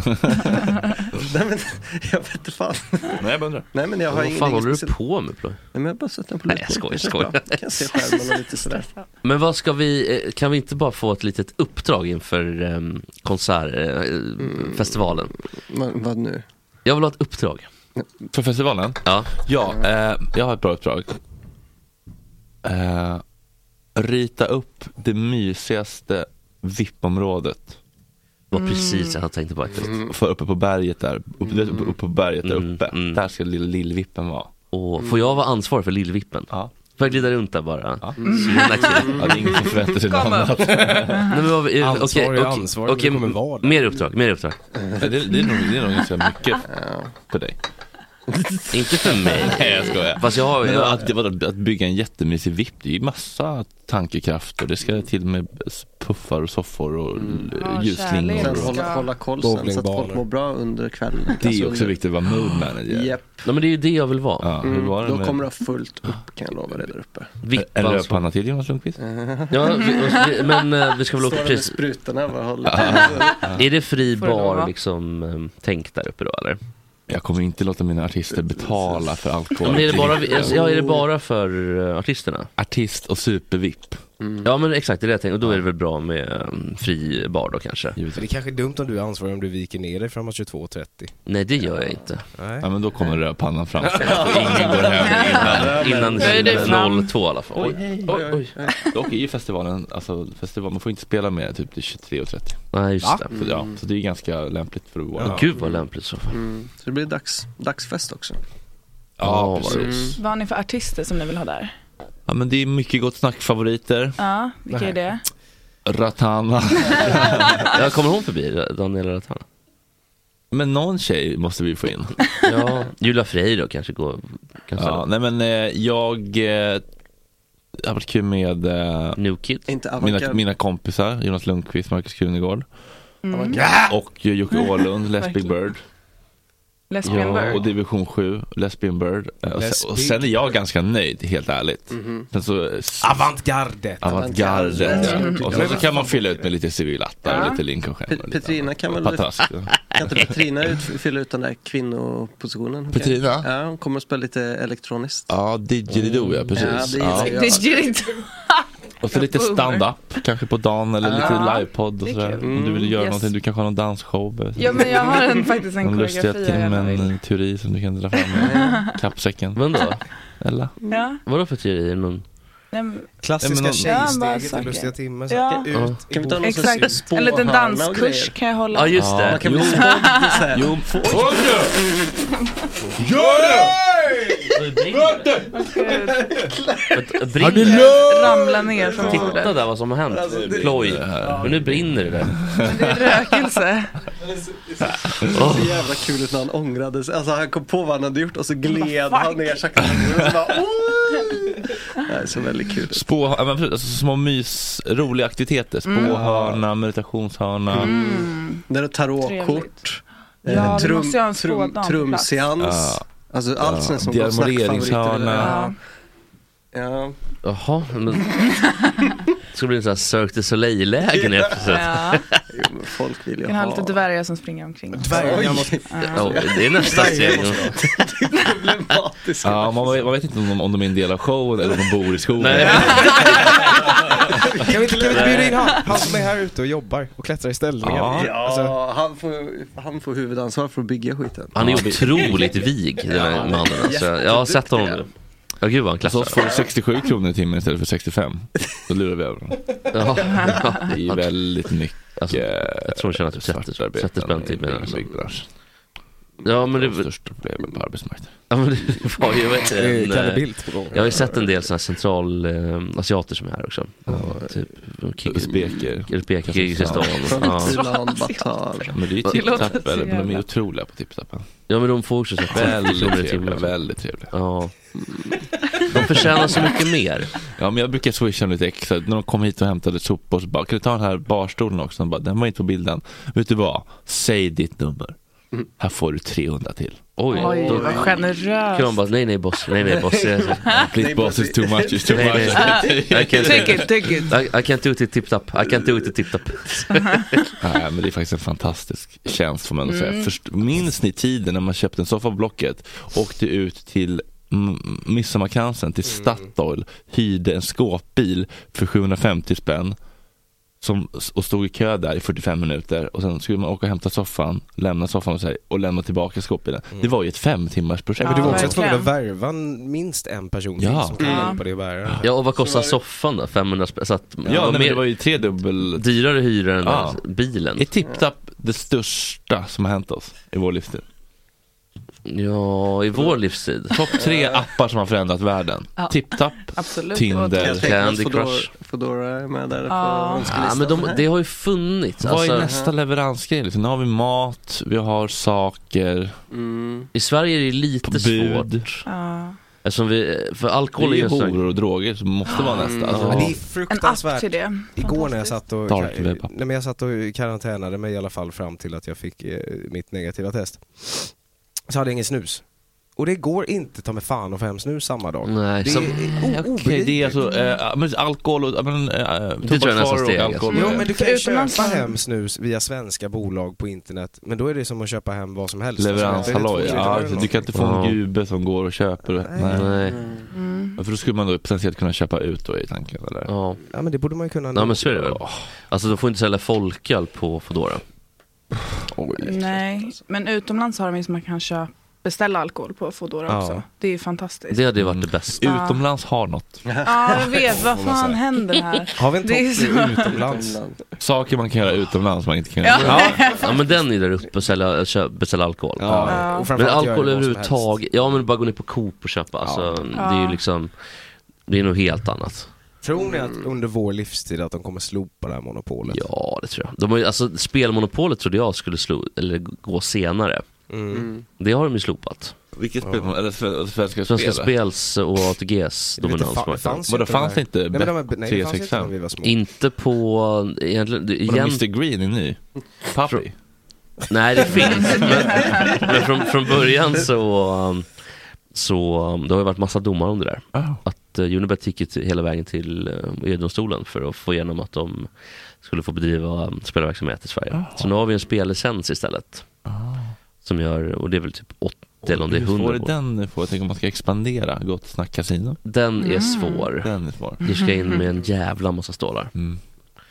Speaker 6: Nej, men, jag vet inte fan.
Speaker 1: Nej, jag bara undrar.
Speaker 6: Nej, men jag har
Speaker 2: Vad
Speaker 6: ingen-
Speaker 2: fan
Speaker 6: ingen
Speaker 2: håller du
Speaker 6: speciell-
Speaker 2: på med Ploy?
Speaker 6: Nej, men jag har bara sett den på
Speaker 2: Nej,
Speaker 6: luren.
Speaker 2: jag skojar,
Speaker 6: Det känns
Speaker 2: skojar.
Speaker 6: bra. Jag kan se skärmen och lite sådär.
Speaker 2: Men vad ska vi, eh, kan vi inte bara få ett litet uppdrag inför eh,
Speaker 6: Mm.
Speaker 2: konsertfestivalen?
Speaker 6: Men vad nu?
Speaker 2: Jag vill ha ett uppdrag.
Speaker 1: För festivalen?
Speaker 2: Ja.
Speaker 1: Ja, eh, jag har ett bra uppdrag. Eh, rita upp det mysigaste VIP-området.
Speaker 2: Det var precis det jag tänkte på faktiskt. Mm.
Speaker 1: För uppe på berget där, uppe, uppe, uppe på berget där uppe. Där ska lilla lillvippen vara.
Speaker 2: Och får jag vara ansvarig för lillvippen?
Speaker 1: Ja.
Speaker 2: Får jag glida runt där bara? Ja.
Speaker 1: Ja, det är ingen som förväntar sig något Kom annat. upp.
Speaker 2: Nej, men vad, eh, okej,
Speaker 1: Ansvarig,
Speaker 2: okej,
Speaker 1: ansvarig,
Speaker 2: okej,
Speaker 1: det kommer vara där.
Speaker 2: mer uppdrag, mer uppdrag.
Speaker 1: Det, det, är nog, det är nog ganska mycket för dig.
Speaker 2: Inte för mig.
Speaker 1: Nej jag skojar.
Speaker 2: Fast jag har-
Speaker 1: Men
Speaker 2: jag-
Speaker 1: att, det var att bygga en jättemysig VIP, det är ju massa tankekraft och det ska till med puffar och soffor och
Speaker 6: Ja,
Speaker 1: mm. ljusslingor.
Speaker 6: Sen
Speaker 1: och-
Speaker 6: hålla, hålla koll sen så att folk mår bra under kvällen.
Speaker 1: Det är
Speaker 6: Alltså
Speaker 1: ju också
Speaker 6: under-
Speaker 1: viktigt att vara mood manager.
Speaker 6: Japp.
Speaker 2: Nej, men det är ju det jag vill vara.
Speaker 1: Ja, hur
Speaker 6: Mm,
Speaker 1: var det
Speaker 6: då
Speaker 1: med-
Speaker 6: kommer du ha fullt upp kan jag lova dig där uppe.
Speaker 1: En rödpanna till Jonas Lundqvist?
Speaker 2: Ja, vi, vi, men eh, vi ska väl åka
Speaker 6: Står där med
Speaker 2: precis.
Speaker 6: sprutorna vad håller
Speaker 2: Är det fri
Speaker 6: Får det lova?
Speaker 2: bar liksom eh, tänk där uppe då eller?
Speaker 1: Jag kommer inte låta mina artister betala för alkohol.
Speaker 2: Men är det bara, alltså, ja, är det bara för eh, artisterna? Mm.
Speaker 1: Artist och super-VIP.
Speaker 2: Ja men exakt, det är det jag tänkte. Och då är det väl bra med eh, fri bar då kanske?
Speaker 5: För det är kanske är dumt om du är ansvarig om du viker ner dig framåt 22.30.
Speaker 2: Nej det gör jag inte.
Speaker 5: Nej.
Speaker 1: Ja, men då kommer rödpannan fram.
Speaker 2: Ingen går hem innan, innan,
Speaker 1: Då är det fram.
Speaker 2: 02 i alla fall.
Speaker 1: Oj, hej, oj, oj. Dock är ju festivalen, alltså festival, man får inte spela mer än typ till 23.30.
Speaker 2: Nej just
Speaker 1: Va?
Speaker 2: det.
Speaker 1: Så, ja, så det är ju ganska lämpligt för att vara.
Speaker 2: Ja. Gud vad lämpligt så fall.
Speaker 6: Mm. Så det blir dags, dagsfest också.
Speaker 1: Ja,
Speaker 2: Ja,
Speaker 1: precis.
Speaker 7: Vad har ni för artister som ni vill ha där?
Speaker 1: Ja men det är mycket gott snack-favoriter.
Speaker 7: Ja, vilka är det?
Speaker 1: Ratana.
Speaker 2: Ja, kommer hon förbi, Daniela Ratana?
Speaker 1: Men någon tjej måste vi få in.
Speaker 2: Ja, Julia Frey då kanske går. Kanske.
Speaker 1: Ja, nej men eh, jag eh, det har varit kul med eh,
Speaker 2: New Kid.
Speaker 6: Inte
Speaker 1: mina,
Speaker 6: avokad.
Speaker 1: mina kompisar, Jonas Lundqvist, Markus Krunegård
Speaker 7: Mm.
Speaker 1: och Jocke Åhlund, Lesbian
Speaker 7: Verkligen.
Speaker 1: Bird.
Speaker 7: Lesbian Bird.
Speaker 1: och Division 7, Lesbian Bird. Eh, Och sen,
Speaker 5: Lesbian
Speaker 1: och sen är jag ganska nöjd, helt ärligt.
Speaker 5: Mhm.
Speaker 1: Sen så, s-
Speaker 5: Avantgardet.
Speaker 1: Avantgarde.
Speaker 6: Avantgarde.
Speaker 1: Ja. Och sen så kan man fylla ut med lite civilattar,
Speaker 6: Ja.
Speaker 1: och lite Lincolnstjärnor. och lite
Speaker 6: Petrina
Speaker 1: annat.
Speaker 6: kan väl...
Speaker 1: Patask.
Speaker 6: Kan inte Petrina ut, fylla ut den där kvinnopositionen? Okej.
Speaker 1: Petrina?
Speaker 6: Ja, hon kommer att spela lite elektroniskt.
Speaker 1: Ja, didgeridoo ja, precis.
Speaker 6: Ja, det är-
Speaker 1: Ja. Och så lite
Speaker 7: Boomer.
Speaker 1: stand-up kanske på dagen eller lite
Speaker 7: Ja,
Speaker 1: livepodd och
Speaker 7: det är
Speaker 1: sådär.
Speaker 7: kul. Mm,
Speaker 1: Om du vill göra
Speaker 7: Yes.
Speaker 1: någonting, du kanske har någon dansshow.
Speaker 7: Ja, men jag har en- faktiskt en
Speaker 1: Någon lustiga
Speaker 7: koreografi jag gärna vill.
Speaker 1: timmen-teori som du kan dra fram i kappsäcken.
Speaker 2: Men då?
Speaker 1: Eller?
Speaker 7: Ja,
Speaker 2: Vadå för teori? Någon...
Speaker 7: nej, men...
Speaker 5: Klassiska
Speaker 1: Nej, men-
Speaker 5: tjejsteget
Speaker 7: Ja, bara
Speaker 5: i
Speaker 7: saker.
Speaker 5: lustiga timmar.
Speaker 7: Ja.
Speaker 5: Ja. Ut,
Speaker 2: Ja.
Speaker 5: Kan vi ta någon
Speaker 7: Exakt, en liten danskurs kan jag hålla.
Speaker 2: Ja just det.
Speaker 1: Man kan bli Jo,
Speaker 7: Gör
Speaker 2: Brinner.
Speaker 7: det! Ramla ner från bordet.
Speaker 2: Titta där vad som har hänt.
Speaker 1: Alltså,
Speaker 2: Ploj. Men nu brinner det där.
Speaker 7: Rökelse.
Speaker 6: Det är så jävla kul ut när han ångrade sig. Alltså han kom på vad han hade gjort och så gled han ner sakta. Och så bara, Det är så väldigt kul.
Speaker 1: Spå, ja, men precis, alltså, små mys, roliga aktiviteter.
Speaker 7: Mm.
Speaker 1: Spåhörna, meditationshörna.
Speaker 6: När det är tarotkort, eh,
Speaker 7: Ja, vi
Speaker 6: trum,
Speaker 7: måste ju ha en
Speaker 6: trum,
Speaker 7: spådam på plats.
Speaker 6: trumseans.
Speaker 1: Ja.
Speaker 6: Alltså allt sånt som
Speaker 1: Dearmoreringshörna.
Speaker 6: snackfavoriter. Ja.
Speaker 2: Jaha, men... Det ska bli en sån här Cirque du Soleil-läge nu plötsligt.
Speaker 7: Ja.
Speaker 6: Jo, men folk vill
Speaker 7: Vi
Speaker 6: ju
Speaker 7: kan ha
Speaker 6: ha...
Speaker 7: lite dvärgar som springer omkring.
Speaker 6: Dvärgar måste-
Speaker 2: Ja, det är nästa steg.
Speaker 1: Ja, man, vet- man vet inte om de, om de är en del av showen eller om de bor i skogen.
Speaker 5: Kan vi inte, kan vi inte bjuda in han? Han som är här ute och jobbar och klättrar i ställningar.
Speaker 6: Ja,
Speaker 5: Alltså,
Speaker 6: han, får, han får huvudansvar för att bygga skiten.
Speaker 2: Han är otroligt vig, den här mannen. Alltså. Jag har sett honom. Ja, gud vad han
Speaker 1: Så
Speaker 2: klaffar.
Speaker 1: får du 67 kronor i timmen istället för 65. Då lurar vi över dem.
Speaker 2: Ja.
Speaker 1: Det är ju väldigt mycket.
Speaker 2: Alltså, jag tror han tjänar typ 30 30 spänn till med
Speaker 1: byggbranschen.
Speaker 2: Ja men det...
Speaker 1: De största problemen på arbetsmarknaden.
Speaker 2: Ja men det var ju vet,
Speaker 1: Det är
Speaker 2: en...
Speaker 1: Kalle
Speaker 2: eh,
Speaker 1: Bildt på gång.
Speaker 2: Jag har ju sett en del sådana här central eh, asiater som är här också. Typ Kik-
Speaker 1: Uzbeker.
Speaker 2: Uzbeker, Kirgizistan. Ja.
Speaker 1: Ja, Men det är ju tipp-tapp, eller? Men de är otroliga på tipp-tappen.
Speaker 2: Ja men de får också så
Speaker 1: Väldigt
Speaker 2: kronor i
Speaker 1: trevliga,
Speaker 2: timmen.
Speaker 1: väldigt trevliga.
Speaker 2: Ja. De förtjänar så mycket mer.
Speaker 1: Ja, men jag brukar swisha dem lite extra. När de kom hit och hämtade sopor så bara, kan du ta den här barstolen också? De bara, den var inte på bilden. Vet du vad? Säg ditt nummer.
Speaker 2: Mm.
Speaker 1: Här får du 300 till.
Speaker 2: Oj,
Speaker 7: Oj,
Speaker 2: då-
Speaker 7: vad generöst.
Speaker 2: Kan de bara, nej nej boss, nej nej boss. Jag-
Speaker 1: Please boss is too much, is too
Speaker 2: Nej,
Speaker 1: much.
Speaker 2: nej. I can't-
Speaker 7: Take it, take it.
Speaker 2: I, I can't do it till tip-top, I can't do it till tip-top.
Speaker 1: Nej, men det är faktiskt en fantastisk tjänst får man ändå
Speaker 2: Mm.
Speaker 1: säga. Först, minns ni tiden när man köpte en soffa på Blocket, åkte ut till mm, Midsommarkransen,
Speaker 7: Mm.
Speaker 1: till Statoil, hyrde en skåpbil för 750 spänn som, och stod i kö där i 45 minuter och sen skulle man åka och hämta soffan, lämna soffan och, så här, och lämna tillbaka skåpbilen.
Speaker 7: Mm.
Speaker 1: Det var ju ett fem timmars projekt.
Speaker 5: men du var också tvungen att värva en- minst en person till
Speaker 1: Ja.
Speaker 5: som kan
Speaker 1: Ja.
Speaker 5: hjälpa dig att bära.
Speaker 2: Ja och vad kostar soffan då? 500 spänn? Så att
Speaker 1: Ja, nej, men det var ju tredubbel...
Speaker 2: Dyrare hyra än
Speaker 1: Ja.
Speaker 2: bilen.
Speaker 1: Är tipptapp det största som har hänt oss i vår livstid?
Speaker 2: Ja, i vår livstid.
Speaker 1: Topp tre appar som har förändrat världen.
Speaker 7: Ja.
Speaker 1: Tipptapp,
Speaker 7: Absolut.
Speaker 1: Tinder,
Speaker 2: Jag tänkte att Candy Fodora- Crush.
Speaker 6: Foodora är med där på
Speaker 7: Ja.
Speaker 6: önskelistan.
Speaker 2: Ja, men de, det har ju funnits.
Speaker 1: Vad
Speaker 2: alltså-
Speaker 1: är nästa leveransgrej? Liksom, nu har vi mat, vi har saker. Mm.
Speaker 2: I Sverige är det lite
Speaker 1: Bud.
Speaker 2: svårt.
Speaker 7: Ja.
Speaker 2: Eftersom vi, för alkohol
Speaker 1: Det är ju
Speaker 2: en sån-
Speaker 1: horor och droger som måste vara nästa. Alltså,
Speaker 5: Ja, det är
Speaker 7: En app till
Speaker 5: fruktansvärt.
Speaker 7: det.
Speaker 5: Igår när jag satt och,
Speaker 1: Dark web app.
Speaker 5: nej, men jag satt och karantänade mig i alla fall fram till att jag fick eh, mitt negativa test. Så hade jag ingen snus. Och det går inte ta mig fan att få hem snus samma dag.
Speaker 2: Nej,
Speaker 5: det är
Speaker 2: som-
Speaker 5: o-
Speaker 1: Okej,
Speaker 5: obegripligt.
Speaker 1: det är alltså eh, men alkohol och... ja, Men, eh,
Speaker 2: tror jag nästan
Speaker 1: tobaksvaror
Speaker 2: steg, alltså.
Speaker 1: och alkohol.
Speaker 5: Jo men du kan ju köpa
Speaker 7: Utomlands-
Speaker 5: hem snus via svenska bolag på internet, men då är det som att köpa hem vad som helst.
Speaker 1: Leveranshalloj, ja,
Speaker 5: Alltså,
Speaker 1: du kan inte få en
Speaker 2: Ja.
Speaker 1: gube som går och köper. Nej.
Speaker 2: Nej.
Speaker 1: För då skulle man då potentiellt kunna köpa ut då i tanken eller?
Speaker 2: Ja.
Speaker 5: Ja men det borde man ju kunna.
Speaker 2: ja, men så är det väl. Alltså de får inte sälja folköl på Foodora.
Speaker 7: Nej, men utomlands har de ju som man kan köpa, beställa alkohol på Foodora
Speaker 2: Ja.
Speaker 7: också. Det är ju fantastiskt.
Speaker 2: Det hade ju varit det bästa.
Speaker 7: Ja. Utomlands
Speaker 1: Mm. har något.
Speaker 7: Ja, jag vet. Vad
Speaker 1: Får man
Speaker 7: fan
Speaker 1: säga.
Speaker 7: händer här?
Speaker 1: Har vi en
Speaker 7: Det är
Speaker 1: topplista
Speaker 7: så-
Speaker 1: utomlands? Saker man kan göra utomlands man inte kan
Speaker 7: Ja.
Speaker 1: göra
Speaker 2: Ja. ja men den är där uppe och sälja, kö- beställa alkohol.
Speaker 1: Ja, Ja. och
Speaker 2: Men
Speaker 1: framförallt
Speaker 2: alkohol
Speaker 1: göra det vad som
Speaker 2: överhuvudtaget, ja men bara gå ner på Coop och köpa. Alltså,
Speaker 5: Ja.
Speaker 2: Det är ju
Speaker 5: Ja.
Speaker 2: liksom, det är nog helt annat.
Speaker 5: Tror ni att under vår livstid att de kommer slopa det här monopolet?
Speaker 2: Ja det tror jag. De har ju, alltså, spelmonopolet trodde jag skulle slå, eller gå senare.
Speaker 5: Mm.
Speaker 2: Det har de ju slopat.
Speaker 1: Vilket spel, eller sve- Svenska,
Speaker 2: Svenska
Speaker 1: Spel?
Speaker 2: Spels och ATGs
Speaker 1: Jag vet inte, fa-
Speaker 2: dominansmarknad.
Speaker 1: fanns ju Vadå, inte de fanns här- det inte Nej, men de- Bet- nej, det fanns inte 365? när vi var små.
Speaker 2: Inte på, egentligen, det-
Speaker 1: Vadå,
Speaker 2: igen-
Speaker 1: Mr Green är ny? Puppy?
Speaker 2: Nej det finns, men, men från, från början så, um, så um, det har ju varit massa domar om det där. Att uh, Unibet gick ju till- hela vägen till uh, EU-domstolen för att få igenom att de skulle få bedriva um, spelverksamhet i Sverige. Så nu har vi en spellicens istället. Som gör, och det är väl typ 80 eller om det är
Speaker 1: Hur svår
Speaker 2: 100
Speaker 1: är
Speaker 2: år.
Speaker 1: den nu får jag tänka om man ska expandera Gott Snack Casino?
Speaker 2: Den
Speaker 7: Mm.
Speaker 2: är svår.
Speaker 1: Den är svår. Mm.
Speaker 2: Det ska in med en jävla massa stålar.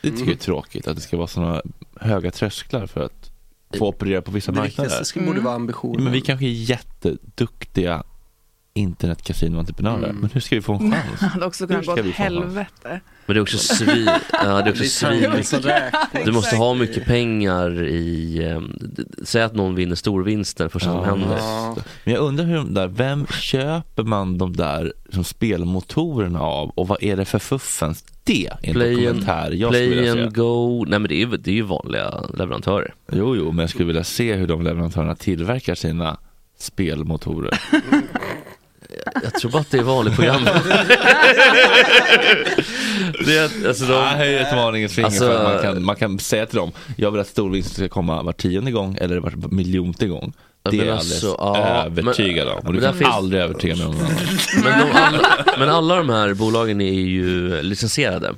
Speaker 1: Det tycker jag är tråkigt att det ska vara sådana höga trösklar för att få operera på vissa
Speaker 6: Det
Speaker 1: marknader.
Speaker 6: viktigaste skulle borde vara ambitionen.
Speaker 1: Men vi kanske är jätteduktiga internetkasinoentreprenörer,
Speaker 2: Mm.
Speaker 1: men hur ska vi få en chans?
Speaker 7: Det hade också kunnat
Speaker 1: Hur
Speaker 7: gå
Speaker 1: ska
Speaker 7: åt
Speaker 1: vi få en chans?
Speaker 7: helvete.
Speaker 2: Men det är också svin... Ja, det är
Speaker 6: Det
Speaker 2: också
Speaker 6: är
Speaker 2: svin...
Speaker 6: tanken som räknas.
Speaker 2: Du måste
Speaker 6: Exakt.
Speaker 2: ha mycket pengar i... eh, d- d- Säg att någon vinner storvinsten första som händer.
Speaker 1: Men jag undrar hur de där, vem köper man de där som spelmotorerna av och vad är det för fuffens? Det är en
Speaker 2: Play and,
Speaker 1: dokumentär jag skulle
Speaker 2: play
Speaker 1: vilja se.
Speaker 2: and go. Nej men det är, ju- det är ju vanliga leverantörer.
Speaker 1: Jo, jo, men jag skulle vilja se hur de leverantörerna tillverkar sina spelmotorer.
Speaker 2: Jag tror bara att det är valprogram. det är, alltså de,
Speaker 1: Jag höjer ett varningens finger
Speaker 2: Alltså-
Speaker 1: för att man kan, man kan säga till dem, jag vill att storvinsten ska komma var tionde gång eller var miljonte gång.
Speaker 2: Ja,
Speaker 1: Det
Speaker 2: men
Speaker 1: är alldeles
Speaker 2: alltså, ja,
Speaker 1: övertygad
Speaker 2: men-
Speaker 1: om. Och du
Speaker 2: men
Speaker 1: kan
Speaker 2: där finns-
Speaker 1: aldrig övertyga mig om något annat.
Speaker 2: Men, de, alla, men alla de här bolagen är ju licensierade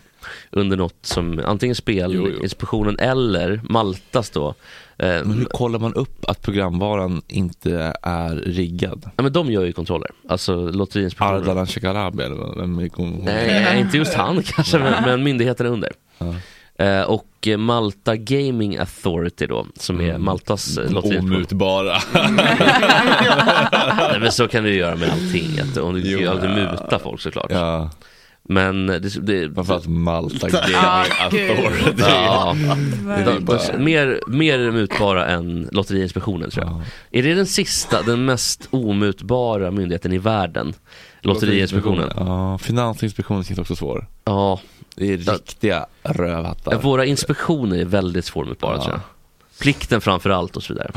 Speaker 2: under något som antingen Spelinspektionen eller Maltas då. eh, Men hur
Speaker 1: kollar man upp att programvaran inte är riggad?
Speaker 2: Ja, men de gör ju kontroller. Alltså Lotteriinspektionen.
Speaker 1: Ardalan Shekarabi eller vad- vem gick hon-
Speaker 2: Nej, inte just han kanske, men, men myndigheten är under.
Speaker 1: Ja.
Speaker 2: Eh, och eh, Malta Gaming Authority då, som är Maltas eh, lotteriinspektion.
Speaker 1: Mm. Omutbara.
Speaker 2: Nej, men så kan du ju göra med allting. Att, om du kan ju aldrig muta folk såklart. Men det... det
Speaker 1: Framförallt Malta
Speaker 2: Gaming
Speaker 1: Ja, gud. Authority.
Speaker 2: Ja.
Speaker 1: Verkligen.
Speaker 2: De- de- Mer, mer mutbara än Lotteriinspektionen tror jag. Är det den sista, den mest omutbara myndigheten i världen? Lotteriinspektionen.
Speaker 1: Ja, Finansinspektionen känns också svår.
Speaker 2: Ja.
Speaker 1: Det är riktiga rövhattar.
Speaker 2: Våra inspektioner är väldigt svårmutbara tror jag. Plikten framför allt och så vidare.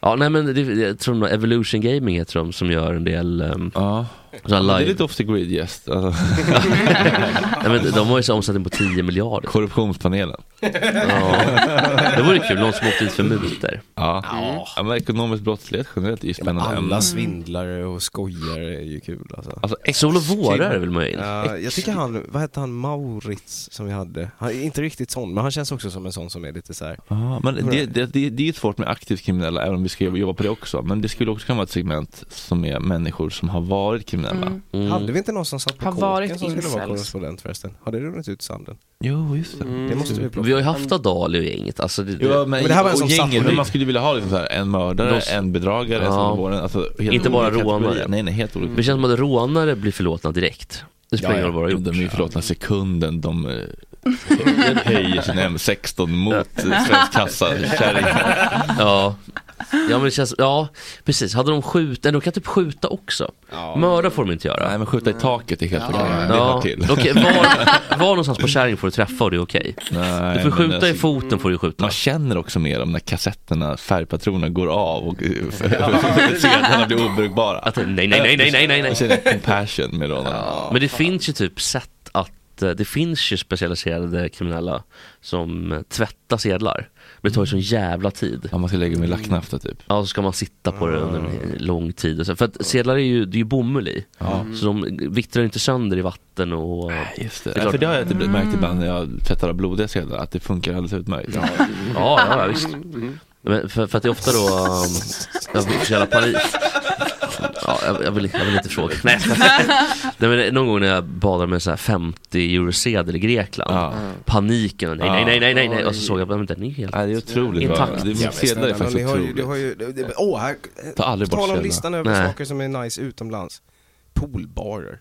Speaker 2: Ja, nej men det, jag tror nog Evolution Gaming heter de som gör en del um,
Speaker 1: ja.
Speaker 2: så här
Speaker 1: Det är
Speaker 2: live.
Speaker 1: lite off the grid gäst.
Speaker 2: nej, men de har ju så omsättning på 10 miljarder.
Speaker 1: Korruptionspanelen.
Speaker 2: Ja. Det vore kul, någon som åkte dit för mutor.
Speaker 1: Ja. ja, men ekonomisk brottslighet generellt är ju spännande.
Speaker 5: Alla
Speaker 1: ämnen.
Speaker 5: svindlare och skojare är ju kul alltså.
Speaker 1: Alltså, Solo vårare vill man ju in.
Speaker 5: Ja, jag tycker han, vad hette han, Maurits som vi hade? Han är inte riktigt sån, men han känns också som en sån som är lite så här.
Speaker 1: Ja, men det, det, det, det är ju svårt med aktivt kriminella, även om vi ska jobba på det också. Men det skulle också kunna vara ett segment som är människor som har varit kriminella.
Speaker 7: Mm.
Speaker 5: Hade vi inte någon som satt på
Speaker 7: Har
Speaker 5: kåken
Speaker 7: varit
Speaker 5: som skulle vara
Speaker 7: incels.
Speaker 5: korrespondent förresten? Har det runnit ut i sanden?
Speaker 1: Jo, just det.
Speaker 5: Det måste vi plocka.
Speaker 2: Vi har ju haft Adali och gänget. Alltså, det,
Speaker 1: Jo, men,
Speaker 5: Men det här var en
Speaker 1: och
Speaker 5: som
Speaker 1: gänget,
Speaker 5: satt-
Speaker 1: men man skulle vilja ha liksom så här, en mördare,
Speaker 2: Då-
Speaker 1: en bedragare, en
Speaker 2: Ja.
Speaker 1: som våren, alltså, helt
Speaker 2: inte bara
Speaker 1: olika
Speaker 2: rånare.
Speaker 1: kategorier. Nej, nej, helt olika.
Speaker 2: Det känns som att rånare blir förlåtna direkt. Det spelar
Speaker 1: Ja,
Speaker 2: ingen roll
Speaker 1: ja.
Speaker 2: vad de har gjort.
Speaker 1: De är ju förlåtna sekunden de eh, höjer sin M16 mot eh, Svensk Kassa.
Speaker 2: Ja. Ja men det känns, ja precis, hade de skjutit, nej, de kan typ skjuta också. Mörda får de inte göra. Nej
Speaker 1: men skjuta i taket är helt
Speaker 2: ja.
Speaker 1: okej. Det hör till.
Speaker 2: Okej, var, var någonstans på kärringen får du träffa och det är okej. Du får skjuta i foten. får du skjuta.
Speaker 1: Man känner också mer om när kassetterna, färgpatronerna går av och eh, cigaretterna blir obrukbara.
Speaker 2: Att, nej, nej, nej, nej, nej, nej, nej.
Speaker 1: Jag känner compassion med rånarna.
Speaker 2: Men det finns ju typ sätt att, eh, det finns ju specialiserade kriminella som eh, tvättar sedlar. Men det tar ju sån jävla tid.
Speaker 1: Ja, man ska lägga dem i lacknafta typ.
Speaker 2: Ja, så ska man sitta på det under en lång tid. Och så, för att sedlar är ju, det är ju bomull i. Så de vittrar ju inte sönder i vatten och... Nej,
Speaker 1: just Det, för det har jag typ
Speaker 5: Mm.
Speaker 1: märkt ibland när jag tvättar av blodiga sedlar, att det funkar alldeles utmärkt. Ja,
Speaker 2: Ja, ja, visst.
Speaker 5: Mm,
Speaker 2: Men för, för att det är ofta då... Um, jag får så jävla panik. Ja, jag, jag, vill, jag vill inte fråga. Nej, jag skojar. Nej men någon gång när jag badade med så här 50 eurosedel i Grekland. Paniken. Nej, nej, nej, nej, nej, nej. Och så såg jag, men den är helt
Speaker 1: det är otroligt
Speaker 2: intakt.
Speaker 1: bra. Det är-
Speaker 5: Ja, men
Speaker 1: sedlar är
Speaker 5: snälla,
Speaker 1: faktiskt
Speaker 5: ni har ju-
Speaker 1: otroligt.
Speaker 5: du har ju- det- det- Åh, här...
Speaker 1: Ta aldrig
Speaker 5: på
Speaker 1: bort
Speaker 5: tal om
Speaker 1: sedlar.
Speaker 5: listan över
Speaker 1: Nej.
Speaker 5: saker som är nice utomlands. Poolbarer.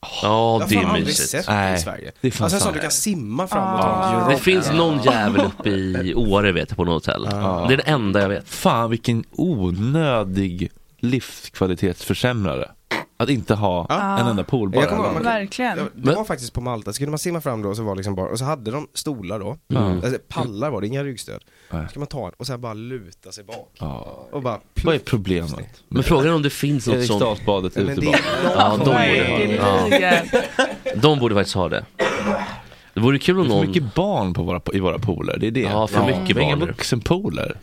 Speaker 2: Ja,
Speaker 5: Jag har
Speaker 2: det
Speaker 5: fan
Speaker 2: är
Speaker 5: aldrig
Speaker 2: mysigt.
Speaker 5: sett det i Nej, Sverige. det är fan Alltså, en sån sant. du kan simma fram och ta en
Speaker 2: Ah. ja.
Speaker 5: gyro.
Speaker 2: Det finns någon
Speaker 5: Ja.
Speaker 2: jävel uppe i Åre vet jag på något hotell.
Speaker 1: Ja.
Speaker 2: Det är det enda jag vet.
Speaker 1: Fan vilken onödig livskvalitetsförsämrare. Att inte ha
Speaker 5: Ja.
Speaker 1: en enda poolbar.
Speaker 5: Jag kommer ihåg, man-
Speaker 7: Verkligen.
Speaker 5: Det var faktiskt på Malta, så kunde man simma fram då och så var liksom bara, och så hade de stolar då,
Speaker 1: Mm.
Speaker 5: alltså, pallar var det, inga ryggstöd.
Speaker 1: Nej.
Speaker 5: Så kan man ta en och sen bara luta sig bak.
Speaker 1: Ja.
Speaker 5: Och bara
Speaker 1: Vad är problemet?
Speaker 2: Men frågan är om det finns något sånt.
Speaker 1: Eriksdalsbadet
Speaker 5: Nej, men det är
Speaker 1: utebad.
Speaker 5: långt
Speaker 2: Ja, de borde ha det.
Speaker 7: Verkligen.
Speaker 2: De borde faktiskt ha det. Det vore kul om
Speaker 1: Det är för
Speaker 2: någon...
Speaker 1: mycket barn på våra, i våra pooler, det är det.
Speaker 2: Ja, för mycket
Speaker 1: Vi har
Speaker 2: barn.
Speaker 1: Inga vuxenpooler.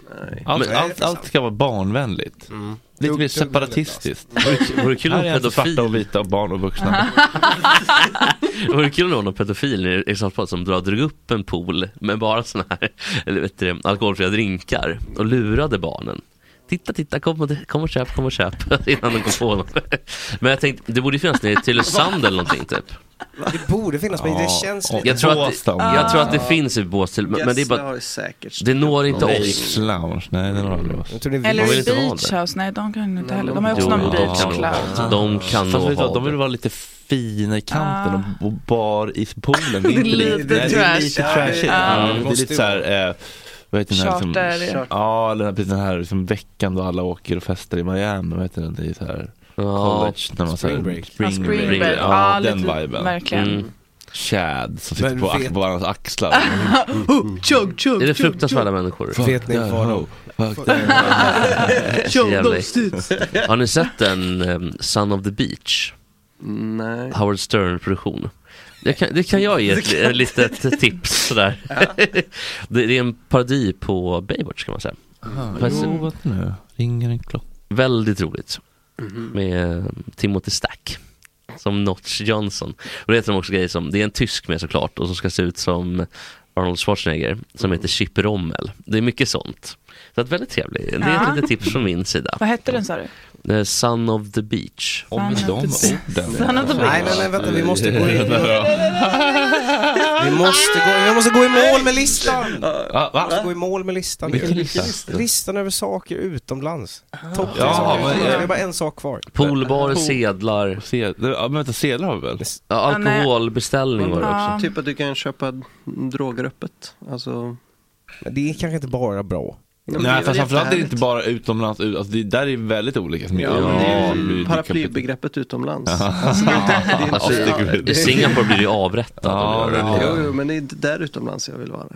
Speaker 1: Allt,
Speaker 2: Men-
Speaker 1: allt, allt ska vara barnvänligt.
Speaker 5: Mm.
Speaker 1: Lite mer separatistiskt.
Speaker 2: Vore- vore kul om
Speaker 1: Här är alltså
Speaker 2: pedofil-
Speaker 1: svarta och vita och barn och vuxna.
Speaker 2: Det vore kul om det var någon pedofil i Eriksdalsbadet som drar- drog upp en pool med bara såna här eller vet du, det, alkoholfria drinkar och lurade barnen. Titta, titta, kom och, kom och köp, kom och köp innan de kom på dem. Men jag tänkte, det borde ju finnas nere i Tylösand eller någonting typ.
Speaker 5: Det borde finnas, men det känns lite... Ah.
Speaker 2: jag tror, att, det-
Speaker 1: Ah.
Speaker 2: jag tror att det finns i Båstad, men, men det är
Speaker 6: Gässle
Speaker 2: bara...
Speaker 6: har ju säkert
Speaker 2: Det når inte
Speaker 1: Någon
Speaker 2: oss.
Speaker 1: Lounge, nej det har aldrig oss.
Speaker 7: Eller
Speaker 2: Man vill inte ha
Speaker 7: beach house, nej de kan inte heller.
Speaker 2: de-
Speaker 7: De har ju också
Speaker 2: Jo,
Speaker 7: någon
Speaker 2: de
Speaker 7: beach
Speaker 2: kan nog ha
Speaker 7: club.
Speaker 2: det. De kan nog
Speaker 1: Fast vet du
Speaker 2: ha
Speaker 1: vad, de vill
Speaker 2: det.
Speaker 1: vara lite fina i kanten
Speaker 7: Ah.
Speaker 1: och, och bar i poolen.
Speaker 7: Det är
Speaker 1: inte
Speaker 7: lite
Speaker 1: nej, Det är lite
Speaker 7: trash.
Speaker 1: trashigt.
Speaker 7: Ja.
Speaker 1: Ja,
Speaker 7: Mm.
Speaker 1: Det är lite så här, eh, vad heter den här, liksom,
Speaker 7: Charter.
Speaker 1: ja, eller den här, precis den här liksom, veckan då alla åker och festar i Miami, vad heter den? Det är så här, college, när man
Speaker 5: Spring
Speaker 1: så här,
Speaker 5: break.
Speaker 7: Ja, spring break.
Speaker 1: Ja,
Speaker 7: Ja,
Speaker 1: den
Speaker 7: lite-
Speaker 1: viben.
Speaker 7: verkligen. Mm.
Speaker 1: Chad som sitter
Speaker 5: Men
Speaker 1: på,
Speaker 5: vet-
Speaker 1: vet... på varandras axlar.
Speaker 7: Chug, chug, chug,
Speaker 2: Är det
Speaker 7: chug.
Speaker 2: fruktansvärda människor?
Speaker 5: Vet ni
Speaker 1: Fuck that
Speaker 5: vad
Speaker 1: hoe.
Speaker 5: de,
Speaker 2: Fuck that. Så jävla äckligt. Har ni sett den um, Son of the Beach?
Speaker 6: Nej.
Speaker 2: Howard Stern-produktion. Det kan, det kan jag ge ett
Speaker 6: Det kan-
Speaker 2: ett litet tips sådär. det, det är en parodi på Baywatch kan man säga. Fast-
Speaker 1: Lovat nu, ringer en klocka.
Speaker 2: Väldigt roligt.
Speaker 1: Mhm.
Speaker 2: Med eh, Timothy Stack. Som Notch Johnson. Och det heter de också grejer som, det är en tysk med såklart och som ska se ut som Arnold Schwarzenegger som heter Chip Rommel. Det är mycket sånt. Så att väldigt trevligt. Det är
Speaker 7: Ja.
Speaker 2: ett litet tips från min sida.
Speaker 7: Vad hette den sa du?
Speaker 2: Eh, Son of the Beach.
Speaker 7: Om Son of the de
Speaker 2: orden.
Speaker 7: Son of the Beach.
Speaker 5: Nej, nej, nej, vänta, vi måste gå in. Vi måste gå,
Speaker 7: vi
Speaker 5: måste gå i mål med listan!
Speaker 1: va?
Speaker 5: Vi måste gå i mål med listan.
Speaker 1: Vilken lista?
Speaker 5: Listan över saker utomlands. Topp
Speaker 1: Ja,
Speaker 5: ja, saker
Speaker 1: men-
Speaker 5: utomlands. Det är bara en sak kvar.
Speaker 2: Poolbar,
Speaker 5: Pool.
Speaker 2: sedlar.
Speaker 1: Sedlar, ja, men vänta, sedlar har vi väl?
Speaker 2: Ja, alkoholbeställning var det
Speaker 6: Ja.
Speaker 2: också.
Speaker 6: Typ att du kan köpa droger öppet. Alltså...
Speaker 5: Men det är kanske inte bara bra.
Speaker 1: Nej, fast framförallt är det inte bara utomlands, ut- alltså, det där är väldigt olika som
Speaker 6: Ja, men det är ju paraplybegreppet utomlands. Alltså, det är inte- det är inte-
Speaker 2: Alltså, i- I Singapore blir du ju avrättad. om du gör det.
Speaker 6: Jo, jo, men det är inte där utomlands jag vill vara.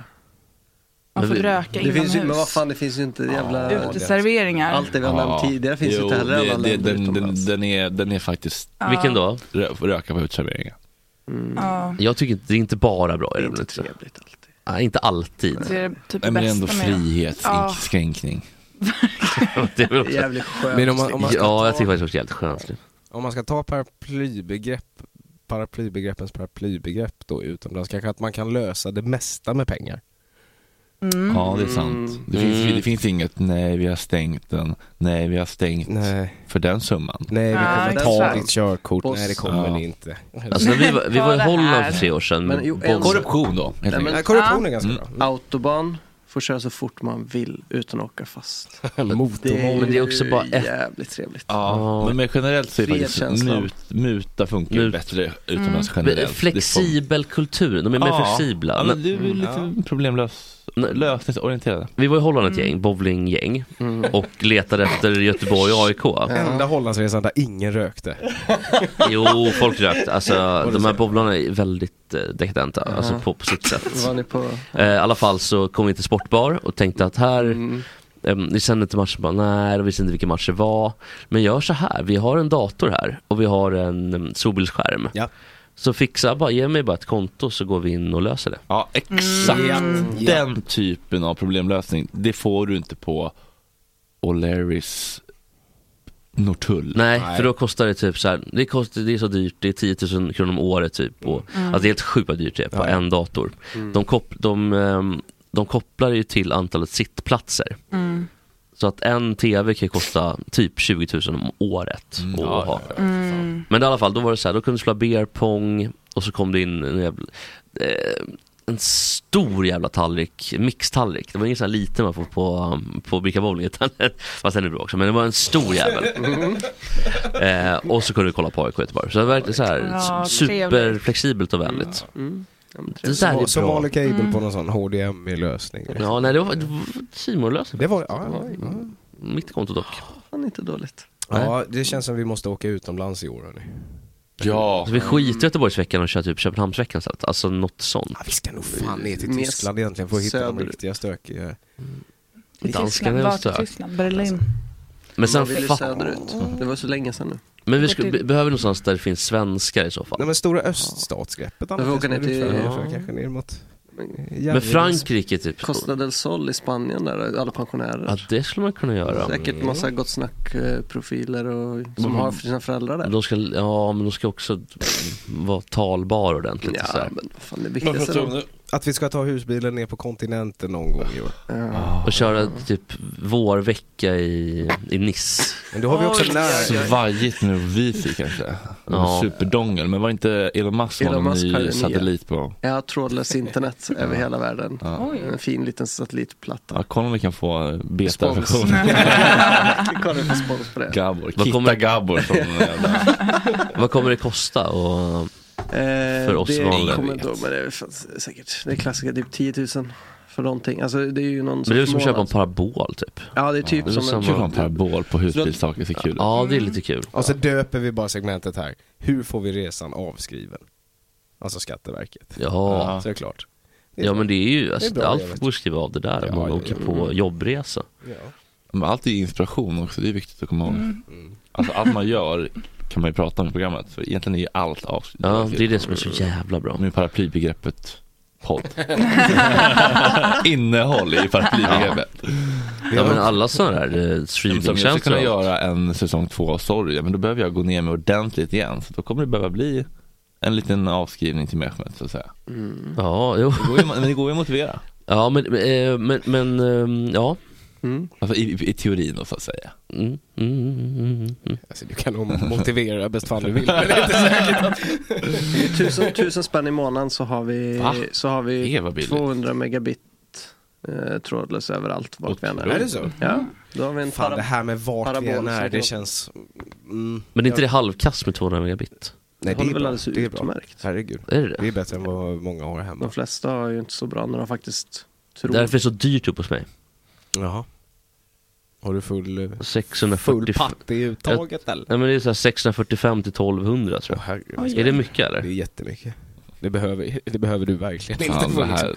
Speaker 7: Man får röka
Speaker 6: det
Speaker 7: inomhus.
Speaker 6: Finns ju, men vad fan, det finns ju inte jävla...
Speaker 7: Uteserveringar.
Speaker 6: Allt det vi har nämnt tidigare finns ju
Speaker 1: jo,
Speaker 6: inte heller i
Speaker 1: det-
Speaker 6: alla
Speaker 1: det-
Speaker 6: länder
Speaker 1: den,
Speaker 6: utomlands.
Speaker 1: den, den, är, den är faktiskt...
Speaker 7: Ja. Vilken
Speaker 2: då?
Speaker 1: Rö, röka på uteserveringar.
Speaker 7: Ja.
Speaker 2: Jag tycker inte, det är inte bara bra. Det är inte trevligt alltid. Nej, inte alltid.
Speaker 7: Det är typ det
Speaker 1: Nej, men det är ändå
Speaker 7: bästa med det. Ja.
Speaker 1: frihetsinskränkning.
Speaker 2: det är väl också...
Speaker 5: Jävligt skönt. Men om man- om man ska
Speaker 2: ja, jag
Speaker 5: ta-
Speaker 2: tycker faktiskt också det är jävligt skönt.
Speaker 5: Om man ska ta paraplybegrepp, paraplybegreppens paraplybegrepp då utomlands, kanske att man kan lösa det mesta med pengar.
Speaker 7: Mm.
Speaker 1: Ja, det är sant. Det, finns,
Speaker 5: Mm.
Speaker 1: det finns inget, nej vi har stängt den, nej vi har stängt för den summan.
Speaker 5: Nej, vi kommer
Speaker 6: det är
Speaker 5: ta
Speaker 6: sant.
Speaker 5: ditt körkort.
Speaker 6: Och-
Speaker 5: Nej, det kommer
Speaker 1: Ja.
Speaker 5: ni inte.
Speaker 2: Alltså, när vi var- vi var i Holland för tre år sedan.
Speaker 6: Men jo,
Speaker 2: Boll-
Speaker 6: en-
Speaker 1: Korruption då, helt
Speaker 6: Nej,
Speaker 1: enkelt.
Speaker 6: men-
Speaker 1: Nej, korruption är ganska
Speaker 6: Mm. Autobahn får köra så fort man vill utan att åka fast.
Speaker 1: Motormål. Men det är också bara ett-
Speaker 6: jävligt trevligt.
Speaker 1: Ja, men- men generellt så är
Speaker 6: Fred
Speaker 1: faktiskt
Speaker 6: känslan.
Speaker 1: mut, muta funkar ju
Speaker 2: Mut.
Speaker 1: bättre utomlands
Speaker 2: Mm.
Speaker 1: generellt.
Speaker 2: Men flexibel kultur, de är mer flexibla.
Speaker 1: Ja, men
Speaker 2: Men-
Speaker 1: du är
Speaker 2: Mm.
Speaker 1: lite
Speaker 2: Ja.
Speaker 1: problemlös, lösningsorienterad.
Speaker 2: Vi var i Holland ett gäng, bowlinggäng,
Speaker 6: Mm.
Speaker 2: och letade efter Göteborg och AIK.
Speaker 5: Enda Hollandsresan där ingen rökte.
Speaker 2: Jo, folk rökte. Alltså,
Speaker 5: Var det
Speaker 2: de här
Speaker 5: så?
Speaker 2: bowlarna är väldigt eh, dekadenta, alltså
Speaker 6: Ja.
Speaker 2: på, på sitt sätt.
Speaker 6: Var ni på...
Speaker 2: Eh, I alla fall så kom vi till sportbar och tänkte att här,
Speaker 6: Mm.
Speaker 2: ehm, vi sände inte matchen, bara, nej, vi visste inte vilka matcher det var. Men gör så här, vi har en dator här och vi har en um, solbildskärm. Så fixa, bara, ge mig bara ett konto så går vi in och löser det.
Speaker 1: Ja, exakt.
Speaker 6: Mm.
Speaker 1: Den typen av problemlösning, det får du inte på O'Learys Norrtull.
Speaker 2: Nej, för då kostar det typ så här, det, kostar, det är så dyrt, det är 10 000 kronor om året typ. Och,
Speaker 1: Mm.
Speaker 2: Alltså det är helt sjukt vad dyrt det är på en dator.
Speaker 1: Mm.
Speaker 2: De, kop, de, ehm, de kopplar ju till antalet sittplatser.
Speaker 7: Mm.
Speaker 2: Så att en TV kan ju kosta typ 20 000 om året att ha.
Speaker 7: Mm.
Speaker 2: Men i alla fall, då var det så här, då kunde du spela beer pong och så kom det in en jävla, eh, en stor jävla tallrik, mixtallrik. Det var ingen sån här liten man får på, um, på Bricka Bowling, utan, fast den är bra också, men det var en stor jävel. Eh, och så kunde du kolla på AIK Göteborg. Så det var verkligen så här,
Speaker 7: Ja,
Speaker 2: su-
Speaker 7: trevligt.
Speaker 2: superflexibelt och vänligt. Det där är
Speaker 5: Som,
Speaker 2: bra.
Speaker 5: som Ali Cable på någon sån HDMI-lösning.
Speaker 2: Ja, nej, det var Simor-lösning.
Speaker 5: Det var ja, ja.
Speaker 2: Mitt konto dock.
Speaker 6: Fan, inte dåligt.
Speaker 5: Ja, det känns som vi måste åka utomlands i år hörni.
Speaker 1: Ja.
Speaker 2: Så vi skiter i Göteborgsveckan och kör typ Köpenhamnsveckan istället. Alltså något sånt.
Speaker 5: vi ska nog fan ner till Tyskland egentligen för att hitta de riktiga stökiga.
Speaker 2: Danskarna
Speaker 7: Tyskland,
Speaker 2: är väl
Speaker 7: vart i
Speaker 2: stök.
Speaker 7: Tyskland? Berlin.
Speaker 2: Men sen
Speaker 6: Man vill ju
Speaker 2: fa-
Speaker 6: söderut.
Speaker 7: Mm.
Speaker 6: Det var så länge sedan nu.
Speaker 2: Men vi
Speaker 6: Gå
Speaker 2: skulle,
Speaker 6: till-
Speaker 2: be- behöver någonstans där det finns svenskar i så fall.
Speaker 5: Nej men Stora Öststatsgreppet
Speaker 6: Då får vi åka ner till-
Speaker 5: Ja. Kanske ner mot...
Speaker 2: Men Frankrike typ.
Speaker 6: Costa del Sol i Spanien där, alla pensionärer.
Speaker 2: Ja, det skulle man kunna göra.
Speaker 6: Säkert massa gott snack-profiler och, som
Speaker 2: Mm.
Speaker 6: har sina föräldrar där.
Speaker 2: De ska, ja, men de ska också vara talbar ordentligt.
Speaker 6: Ja,
Speaker 2: så här.
Speaker 6: men fan, det viktigaste är de-
Speaker 5: Att vi ska ta husbilen ner på kontinenten någon gång i år.
Speaker 2: Och köra typ vårvecka i, i Nice.
Speaker 5: Men då har vi också Oj, när- oj, oj.
Speaker 1: Svajigt med wifi kanske.
Speaker 2: Ja.
Speaker 1: Superdongel, men var inte Elon Musk som
Speaker 6: Elon
Speaker 1: har
Speaker 6: Musk
Speaker 1: en
Speaker 6: har ju
Speaker 1: ny
Speaker 6: nya.
Speaker 1: satellit på?
Speaker 6: Ja, trådlös internet över hela världen.
Speaker 1: Oj.
Speaker 6: En fin liten satellitplatta.
Speaker 1: Ja, kolla om vi kan få
Speaker 6: Spons.
Speaker 1: beta-versionen.
Speaker 6: Kolla vi får spons på det.
Speaker 1: Gabor,
Speaker 2: Vad
Speaker 1: Kitta
Speaker 2: kommer-
Speaker 1: Gabor från
Speaker 2: Vad kommer det kosta och, för oss
Speaker 6: Eh, det
Speaker 2: vanliga?
Speaker 6: kommer då, men det är fan säkert. Det är klassiker, typ 10 000 för någonting. Alltså det är ju någon
Speaker 2: Men det är väl som att
Speaker 6: månad.
Speaker 2: köpa en parabol typ?
Speaker 6: Ja, det är typ som en- Köpa en
Speaker 1: parabol på
Speaker 6: husbilstak,
Speaker 2: det är kul. Ja, det är lite kul.
Speaker 5: Och så döper vi bara segmentet här. Hur får vi resan avskriven? Alltså Skatteverket.
Speaker 2: Jaha.
Speaker 5: Så det är klart.
Speaker 2: Ja men det är ju, alltså,
Speaker 1: Det är bra
Speaker 2: allt
Speaker 1: levet.
Speaker 2: går att skriva av det där om man åker på jobbresa.
Speaker 1: Mm. Men allt är ju inspiration också, det är viktigt att komma ihåg.
Speaker 2: Mm.
Speaker 1: Alltså allt man gör kan man ju prata om i programmet. För egentligen är ju allt avslutat.
Speaker 2: Ja, det är det som är så jävla bra.
Speaker 1: Med paraplybegreppet podd. Innehåll i paraplybegreppet.
Speaker 2: Ja, men alla sådana här eh,
Speaker 1: Som jag ska kunna
Speaker 2: streamingtjänster.
Speaker 1: göra en säsong två, sorry, men då behöver jag gå ner mig ordentligt igen. Så då kommer det behöva bli en liten avskrivning till Mehmet så att säga.
Speaker 6: Mm.
Speaker 2: Ja, jo.
Speaker 1: Det går ju, men det går ju att motivera.
Speaker 2: Ja, men, eh, men, men ehm, ja.
Speaker 6: Mm.
Speaker 1: Alltså i, i teorin då så att säga.
Speaker 2: Mm, mm, mm, mm, mm.
Speaker 5: Alltså, du kan nog motivera bäst fan du vill. Men det är inte säkert att...
Speaker 6: Det är tusen, tusen spänn i månaden så har vi,
Speaker 5: Va?
Speaker 6: så har
Speaker 5: Det
Speaker 6: vi
Speaker 5: var billigt.
Speaker 6: 200 megabit eh, trådlös överallt vart vi än är.
Speaker 5: Är det så? Mm.
Speaker 6: Ja. Då har vi en
Speaker 5: Fan
Speaker 6: para-
Speaker 5: det här med vart vi
Speaker 6: parabol
Speaker 5: än är,
Speaker 6: som
Speaker 5: det
Speaker 6: går-
Speaker 5: känns... Mm,
Speaker 2: Men är
Speaker 5: jag-
Speaker 2: inte det halvkast med 200 megabit?
Speaker 5: Nej, det är, bra.
Speaker 6: alldeles
Speaker 5: det är bra. Herregud.
Speaker 2: Är det, det?
Speaker 5: är bättre än vad många har hemma.
Speaker 6: De flesta har ju inte så bra när de faktiskt tror.
Speaker 2: Därför är det så dyrt upp hos mig.
Speaker 5: Jaha. Har du full... eh,
Speaker 2: 640...
Speaker 5: Full patt i uttaget,
Speaker 2: Jag-
Speaker 5: eller?
Speaker 2: Nej men det är så här 645 till 1200 tror jag.
Speaker 5: Oj.
Speaker 2: är det mycket eller?
Speaker 5: Det är jättemycket. Det behöver, det behöver du verkligen inte.
Speaker 1: Ja, det här.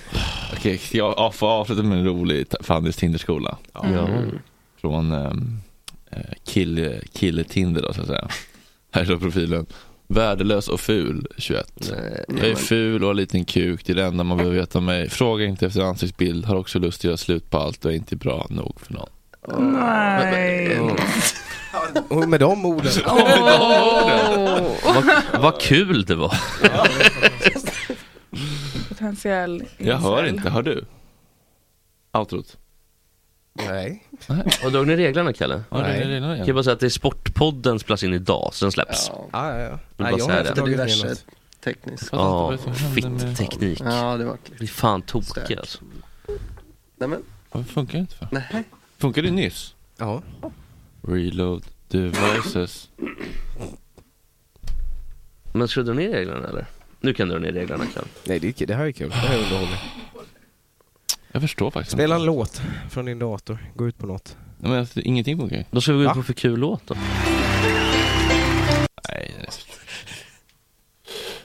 Speaker 1: Okej, ska jag av- får avsluta med en rolig t- Fannys Tinderskola?
Speaker 2: Ja. Mm.
Speaker 1: Från ehm, eh, kill, kill Tinder då så att säga. Här står profilen. Värdelös och ful 21. jag är
Speaker 2: men-
Speaker 1: ful och har liten kuk, det är det enda man behöver veta om mig. Fråga inte efter ansiktsbild, har också lust att göra slut på allt och är inte bra nog för någon.
Speaker 2: Mm.
Speaker 7: Nej.
Speaker 5: Och med de orden.
Speaker 2: Vad, vad kul det var.
Speaker 7: Potentiell
Speaker 1: Jag hör
Speaker 7: incel.
Speaker 1: inte, hör du? Outrot.
Speaker 5: Nej.
Speaker 2: Och drog ni reglerna Kalle?
Speaker 1: Ja, drog ni reglerna igen.
Speaker 2: Kan jag bara säga att det är Sportpodden spelas in idag, så den släpps.
Speaker 5: Ja, ja,
Speaker 2: Vill bara säga det.
Speaker 6: diverse tekniskt.
Speaker 2: Ja, fitt teknik.
Speaker 6: Ja, det var
Speaker 2: Det är fan tokig alltså.
Speaker 6: Nej men.
Speaker 1: Varför funkar det inte för?
Speaker 6: Nej.
Speaker 1: Funkar det nyss?
Speaker 5: Ja.
Speaker 1: Reload devices.
Speaker 2: Men ska du dra ner reglerna eller? Nu kan du dra ner reglerna Kalle.
Speaker 5: Nej, det, är kul. det här är kul. Det här är underhållning.
Speaker 1: Jag förstår faktiskt
Speaker 5: Spela en låt från din dator. Gå ut på något.
Speaker 1: Nej, men alltså, ingenting funkar ju.
Speaker 2: Då ska vi gå ut
Speaker 5: Va?
Speaker 2: på för kul låt då.
Speaker 1: Nej. nej.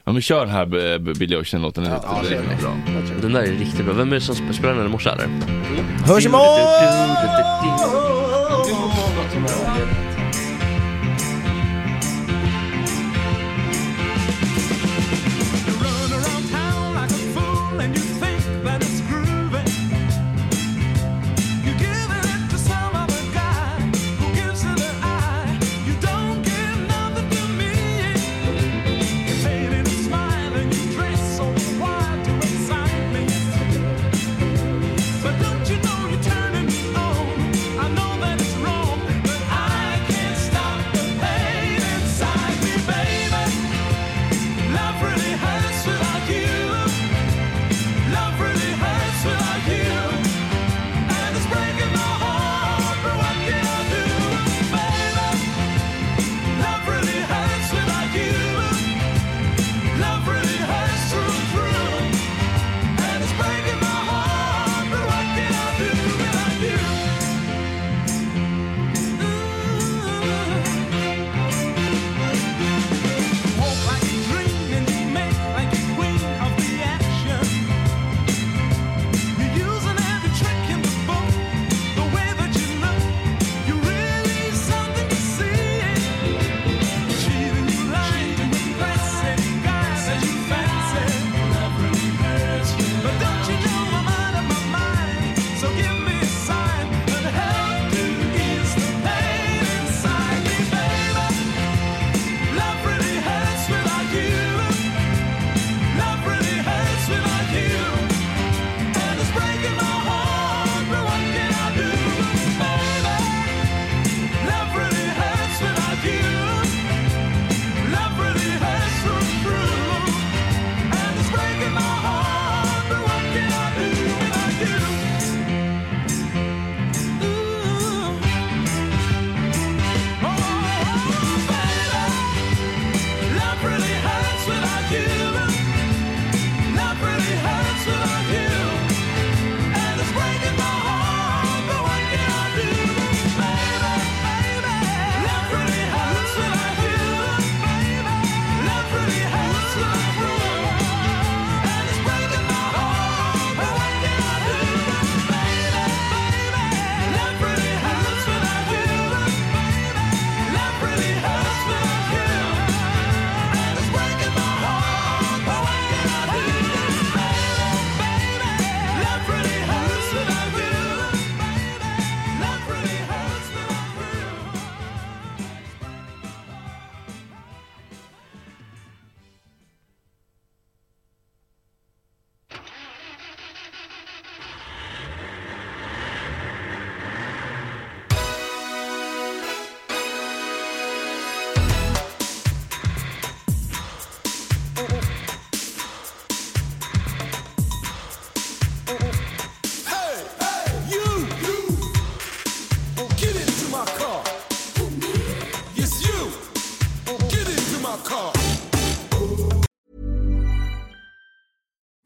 Speaker 1: Ja men kör den här B- B- Billy Ocean-låten lite.
Speaker 2: Ja,
Speaker 1: det är
Speaker 2: kör.
Speaker 1: bra.
Speaker 2: Den där är riktigt bra. Vem är det som sp- spelar den här i morse eller?
Speaker 5: Hörs
Speaker 8: Run around town like a fool and you think that it's groovy. You're giving it to some other guy who gives it an eye. You don't give nothing to me. You're fading and smiling, you dress so wide to excite me. But don't you know you're turning me on? I Oh, get into my car. Yes, you. Oh, get into my car.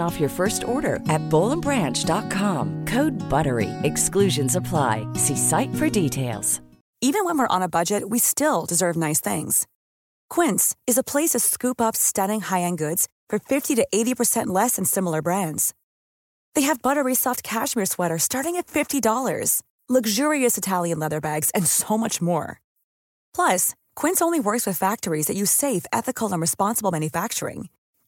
Speaker 9: off your first order at bowlandbranch.com. Code BUTTERY. Exclusions apply. See site for details.
Speaker 10: Even when we're on a budget, we still deserve nice things. Quince is a place to scoop up stunning high-end goods for 50 to 80% less than similar brands. They have buttery soft cashmere sweaters starting at $50, luxurious Italian leather bags, and so much more. Plus, Quince only works with factories that use safe, ethical, and responsible manufacturing.